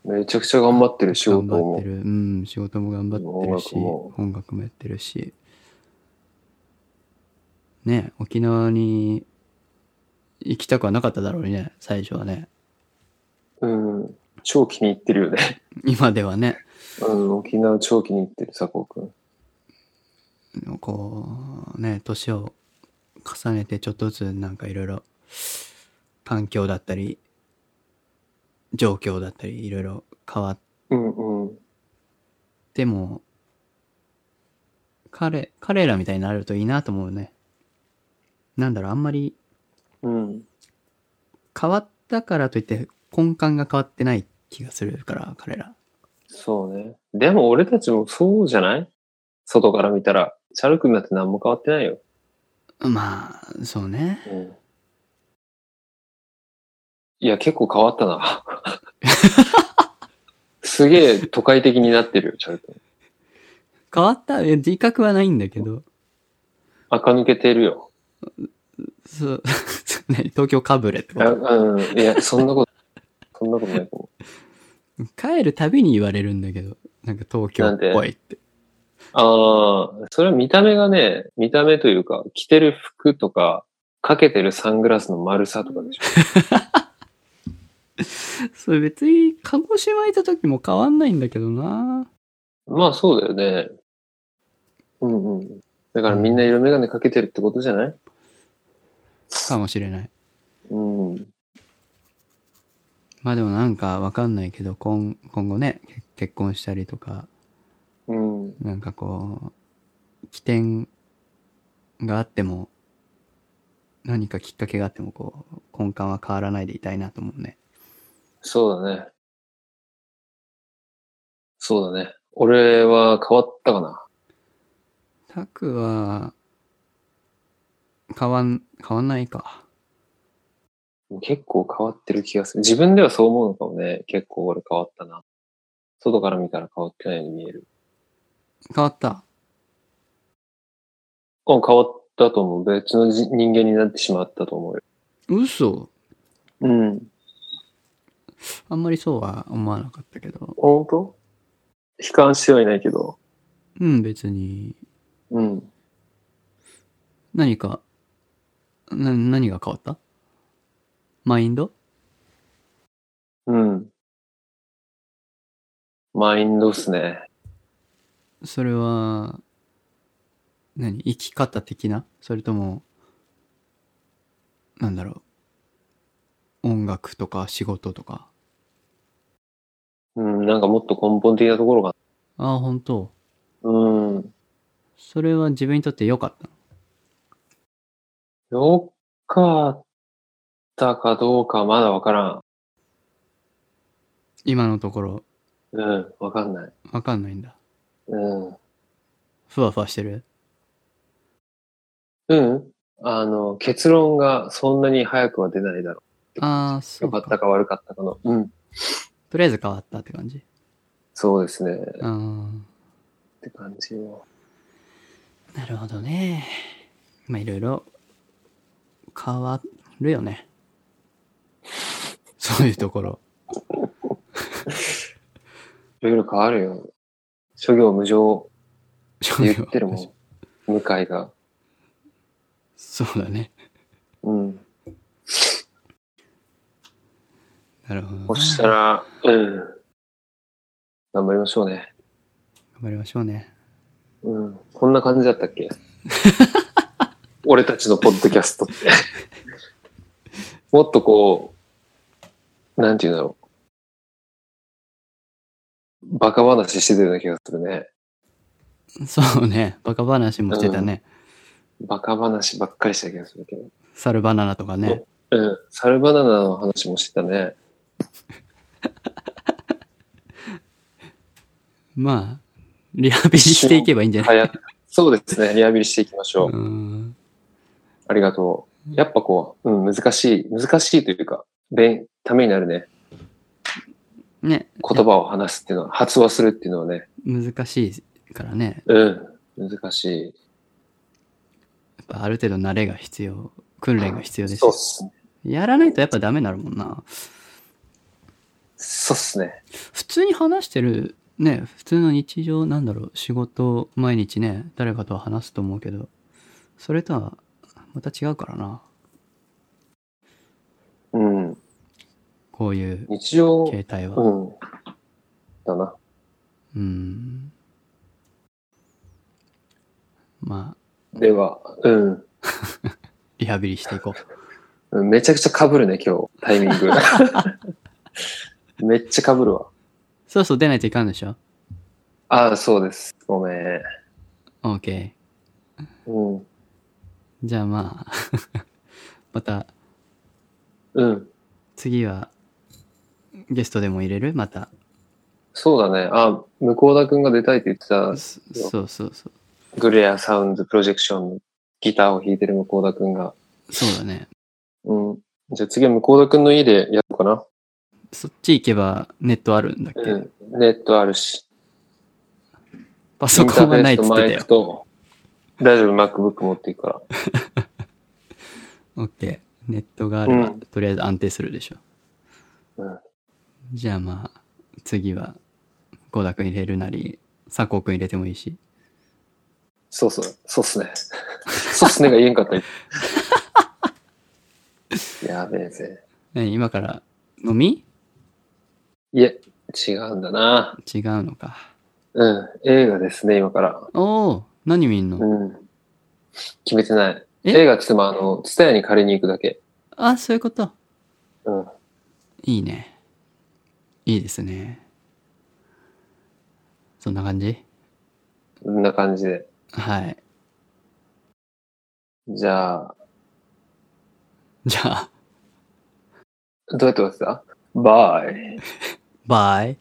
[SPEAKER 1] めちゃくちゃ頑張ってる仕事
[SPEAKER 2] 頑張っ
[SPEAKER 1] も
[SPEAKER 2] て。る。うん、仕事も頑張ってる
[SPEAKER 1] 音楽
[SPEAKER 2] し、
[SPEAKER 1] も
[SPEAKER 2] 音楽もやってるし。ね、沖縄に行きたくはなかっただろうね、最初はね。
[SPEAKER 1] うん。超気に入ってるよね。
[SPEAKER 2] 今ではね、
[SPEAKER 1] うん、沖縄超気に入ってる、佐藤くん。
[SPEAKER 2] こう、ね、年を重ねてちょっとずつなんかいろいろ、環境だったり、状況だったり、いろいろ変わっ
[SPEAKER 1] うんうん。
[SPEAKER 2] ても、彼、彼らみたいになるといいなと思うね。なんだろう、あんまり
[SPEAKER 1] うん。
[SPEAKER 2] 変わったからといって根幹が変わってない気がするから彼ら
[SPEAKER 1] そうね。でも俺たちもそうじゃない外から見たら、チャル君だって何も変わってないよ。
[SPEAKER 2] まあそうね
[SPEAKER 1] うん。いや、結構変わったな。 すげえ都会的になってるよ、チャル君。
[SPEAKER 2] 変わったいや自覚はないんだけど
[SPEAKER 1] 垢抜けてるよ。
[SPEAKER 2] そう何東京かぶれってこ
[SPEAKER 1] あ
[SPEAKER 2] と
[SPEAKER 1] うん。いや、そんなこと、 そんなことないと思う。
[SPEAKER 2] 帰るたびに言われるんだけどなんか東京っぽいって
[SPEAKER 1] ああ、それは見た目がね、見た目というか、着てる服とか、かけてるサングラスの丸さとかでしょ。
[SPEAKER 2] それ別に鹿児島いた時も変わんないんだけどな
[SPEAKER 1] まあそうだよね。うんうん。だからみんな色眼鏡かけてるってことじゃない
[SPEAKER 2] かもしれない
[SPEAKER 1] うん。
[SPEAKER 2] まあでもなんかわかんないけど今今後ねけ結婚したりとか
[SPEAKER 1] うん。
[SPEAKER 2] なんかこう、起点があっても、何かきっかけがあっても、こう、根幹は変わらないでいたいなと思うね。
[SPEAKER 1] そうだね。そうだね。俺は変わったかな。
[SPEAKER 2] タクは、変わん、変わんないか。
[SPEAKER 1] 結構変わってる気がする。自分ではそう思うのかもね。結構俺変わったな。外から見たら変わってないように見える。
[SPEAKER 2] 変わった。
[SPEAKER 1] うん、変わったと思う。別のじ人間になってしまったと思うよ。
[SPEAKER 2] 嘘
[SPEAKER 1] うん。
[SPEAKER 2] あんまりそうは思わなかったけど。
[SPEAKER 1] 本当悲観してはいないけど。
[SPEAKER 2] うん、別に。
[SPEAKER 1] うん。
[SPEAKER 2] 何か、な、何が変わったマインド
[SPEAKER 1] うん。マインドっすね。
[SPEAKER 2] それは、何生き方的なそれとも、なんだろう。音楽とか仕事とか。
[SPEAKER 1] うん、なんかもっと根本的なところが。
[SPEAKER 2] ああ、本当
[SPEAKER 1] うん。
[SPEAKER 2] それは自分にとって良かったの
[SPEAKER 1] よかったかどうかまだわから
[SPEAKER 2] 今のところ、
[SPEAKER 1] ん。うん、わかんない。
[SPEAKER 2] わかんないんだ。
[SPEAKER 1] うん。
[SPEAKER 2] ふわふわしてる
[SPEAKER 1] うん。あの、結論がそんなに早くは出ないだろ
[SPEAKER 2] ああ、
[SPEAKER 1] う。
[SPEAKER 2] そ
[SPEAKER 1] よ
[SPEAKER 2] う
[SPEAKER 1] か
[SPEAKER 2] か
[SPEAKER 1] ったか悪かったかの。うん。
[SPEAKER 2] とりあえず変わったって感じ。
[SPEAKER 1] そうですね。っ
[SPEAKER 2] ああ、
[SPEAKER 1] て感じよ。
[SPEAKER 2] なるほどね。まあ、いろいろ変わるよね。 そういうところ。
[SPEAKER 1] いろいろ変わるよ。諸行無常っ
[SPEAKER 2] 職
[SPEAKER 1] て
[SPEAKER 2] 業
[SPEAKER 1] 言って るもん。向井が。
[SPEAKER 2] そうだね。
[SPEAKER 1] うん。
[SPEAKER 2] なるほどな。
[SPEAKER 1] そしたら、うん。頑張りましょうね。
[SPEAKER 2] 頑張りましょうね。
[SPEAKER 1] うん。こんな感じだったっけ 俺たちのポッドキャストって。 もっとこう、なんて言うんだろう。バカ話してたような気がするね。
[SPEAKER 2] そうね。バカ話もしてたね。
[SPEAKER 1] バカ話ばっかりした気がするけど。
[SPEAKER 2] サルバナナとかね。
[SPEAKER 1] うん。サルバナナの話もしてたね。
[SPEAKER 2] まあ、リハビリしていけばいいんじゃない
[SPEAKER 1] はや、そうですね。リハビリしていきましょう。
[SPEAKER 2] うん。
[SPEAKER 1] ありがとう。やっぱこう、うん、難しい、難しいというか、勉、ためになるね。
[SPEAKER 2] ね。
[SPEAKER 1] 言葉を話すっていうのは、発話するっていうのはね、
[SPEAKER 2] 難しいからね。
[SPEAKER 1] うん、難しい。
[SPEAKER 2] やっぱある程度慣れが必要訓練が必要です
[SPEAKER 1] そうっ
[SPEAKER 2] よ。
[SPEAKER 1] すね。
[SPEAKER 2] やらないとやっぱダメになるもんな。
[SPEAKER 1] そうっすね。
[SPEAKER 2] 普通に話してる、ね、普通の日常なんだろう、仕事、毎日ね、誰かとは話すと思うけど、それとはまた違うからな。
[SPEAKER 1] うん。
[SPEAKER 2] こういう
[SPEAKER 1] 日常、
[SPEAKER 2] 形態は。
[SPEAKER 1] うん。だな。
[SPEAKER 2] うん。まあ、
[SPEAKER 1] では、うん。
[SPEAKER 2] リハビリしていこう。
[SPEAKER 1] うんめちゃくちゃ被るね、今日、タイミ ング。めっちゃ被るわ。
[SPEAKER 2] そうそう、出ないといかんでしょ
[SPEAKER 1] ああ、そうです。ごめん。
[SPEAKER 2] ?OK。
[SPEAKER 1] うん。
[SPEAKER 2] じゃあまあ、 また
[SPEAKER 1] うん。
[SPEAKER 2] 次はゲストでも入れるまた。
[SPEAKER 1] そうだね。あ、向田くんが出たいって言ってた、
[SPEAKER 2] そそうそうそう。
[SPEAKER 1] グレアサウンズプロジェクションのギターを弾いてる向田くんが。
[SPEAKER 2] そうだね。
[SPEAKER 1] うん。じゃあ次は向田くんの家でやろうかな。
[SPEAKER 2] そっち行けばネットあるんだっけ、
[SPEAKER 1] うん。ネットあるし。
[SPEAKER 2] パソコンはないっつ
[SPEAKER 1] イ
[SPEAKER 2] っ
[SPEAKER 1] ンタ
[SPEAKER 2] て
[SPEAKER 1] ーフ
[SPEAKER 2] た
[SPEAKER 1] ェースとマイ
[SPEAKER 2] よ
[SPEAKER 1] ク。と、大丈夫、MacBook 持っていくから。
[SPEAKER 2] OK。ネットがあれば、
[SPEAKER 1] うん
[SPEAKER 2] とりあえず安定するでしょ。
[SPEAKER 1] うん
[SPEAKER 2] じゃあまあ、次は、ゴ田くん入れるなり、佐藤くん入れてもいいし。
[SPEAKER 1] そうそう、そうっす ね。そうっすねが言えんかった。やべえぜ。
[SPEAKER 2] ね、今から飲み
[SPEAKER 1] いえ、違うんだな。
[SPEAKER 2] 違うのか。
[SPEAKER 1] うん、映画ですね、今から。
[SPEAKER 2] おお何見んの、
[SPEAKER 1] うん。決めてない。
[SPEAKER 2] え
[SPEAKER 1] 映画って言っても、あの、ツタヤに借りに行くだけ。
[SPEAKER 2] あ、そういうこと。
[SPEAKER 1] うん。
[SPEAKER 2] いいね。いいですね。そんな感じ
[SPEAKER 1] こんな感じで。
[SPEAKER 2] はい。
[SPEAKER 1] じゃあ、
[SPEAKER 2] じゃあ、
[SPEAKER 1] どうやって終わってたバイ。
[SPEAKER 2] バイ。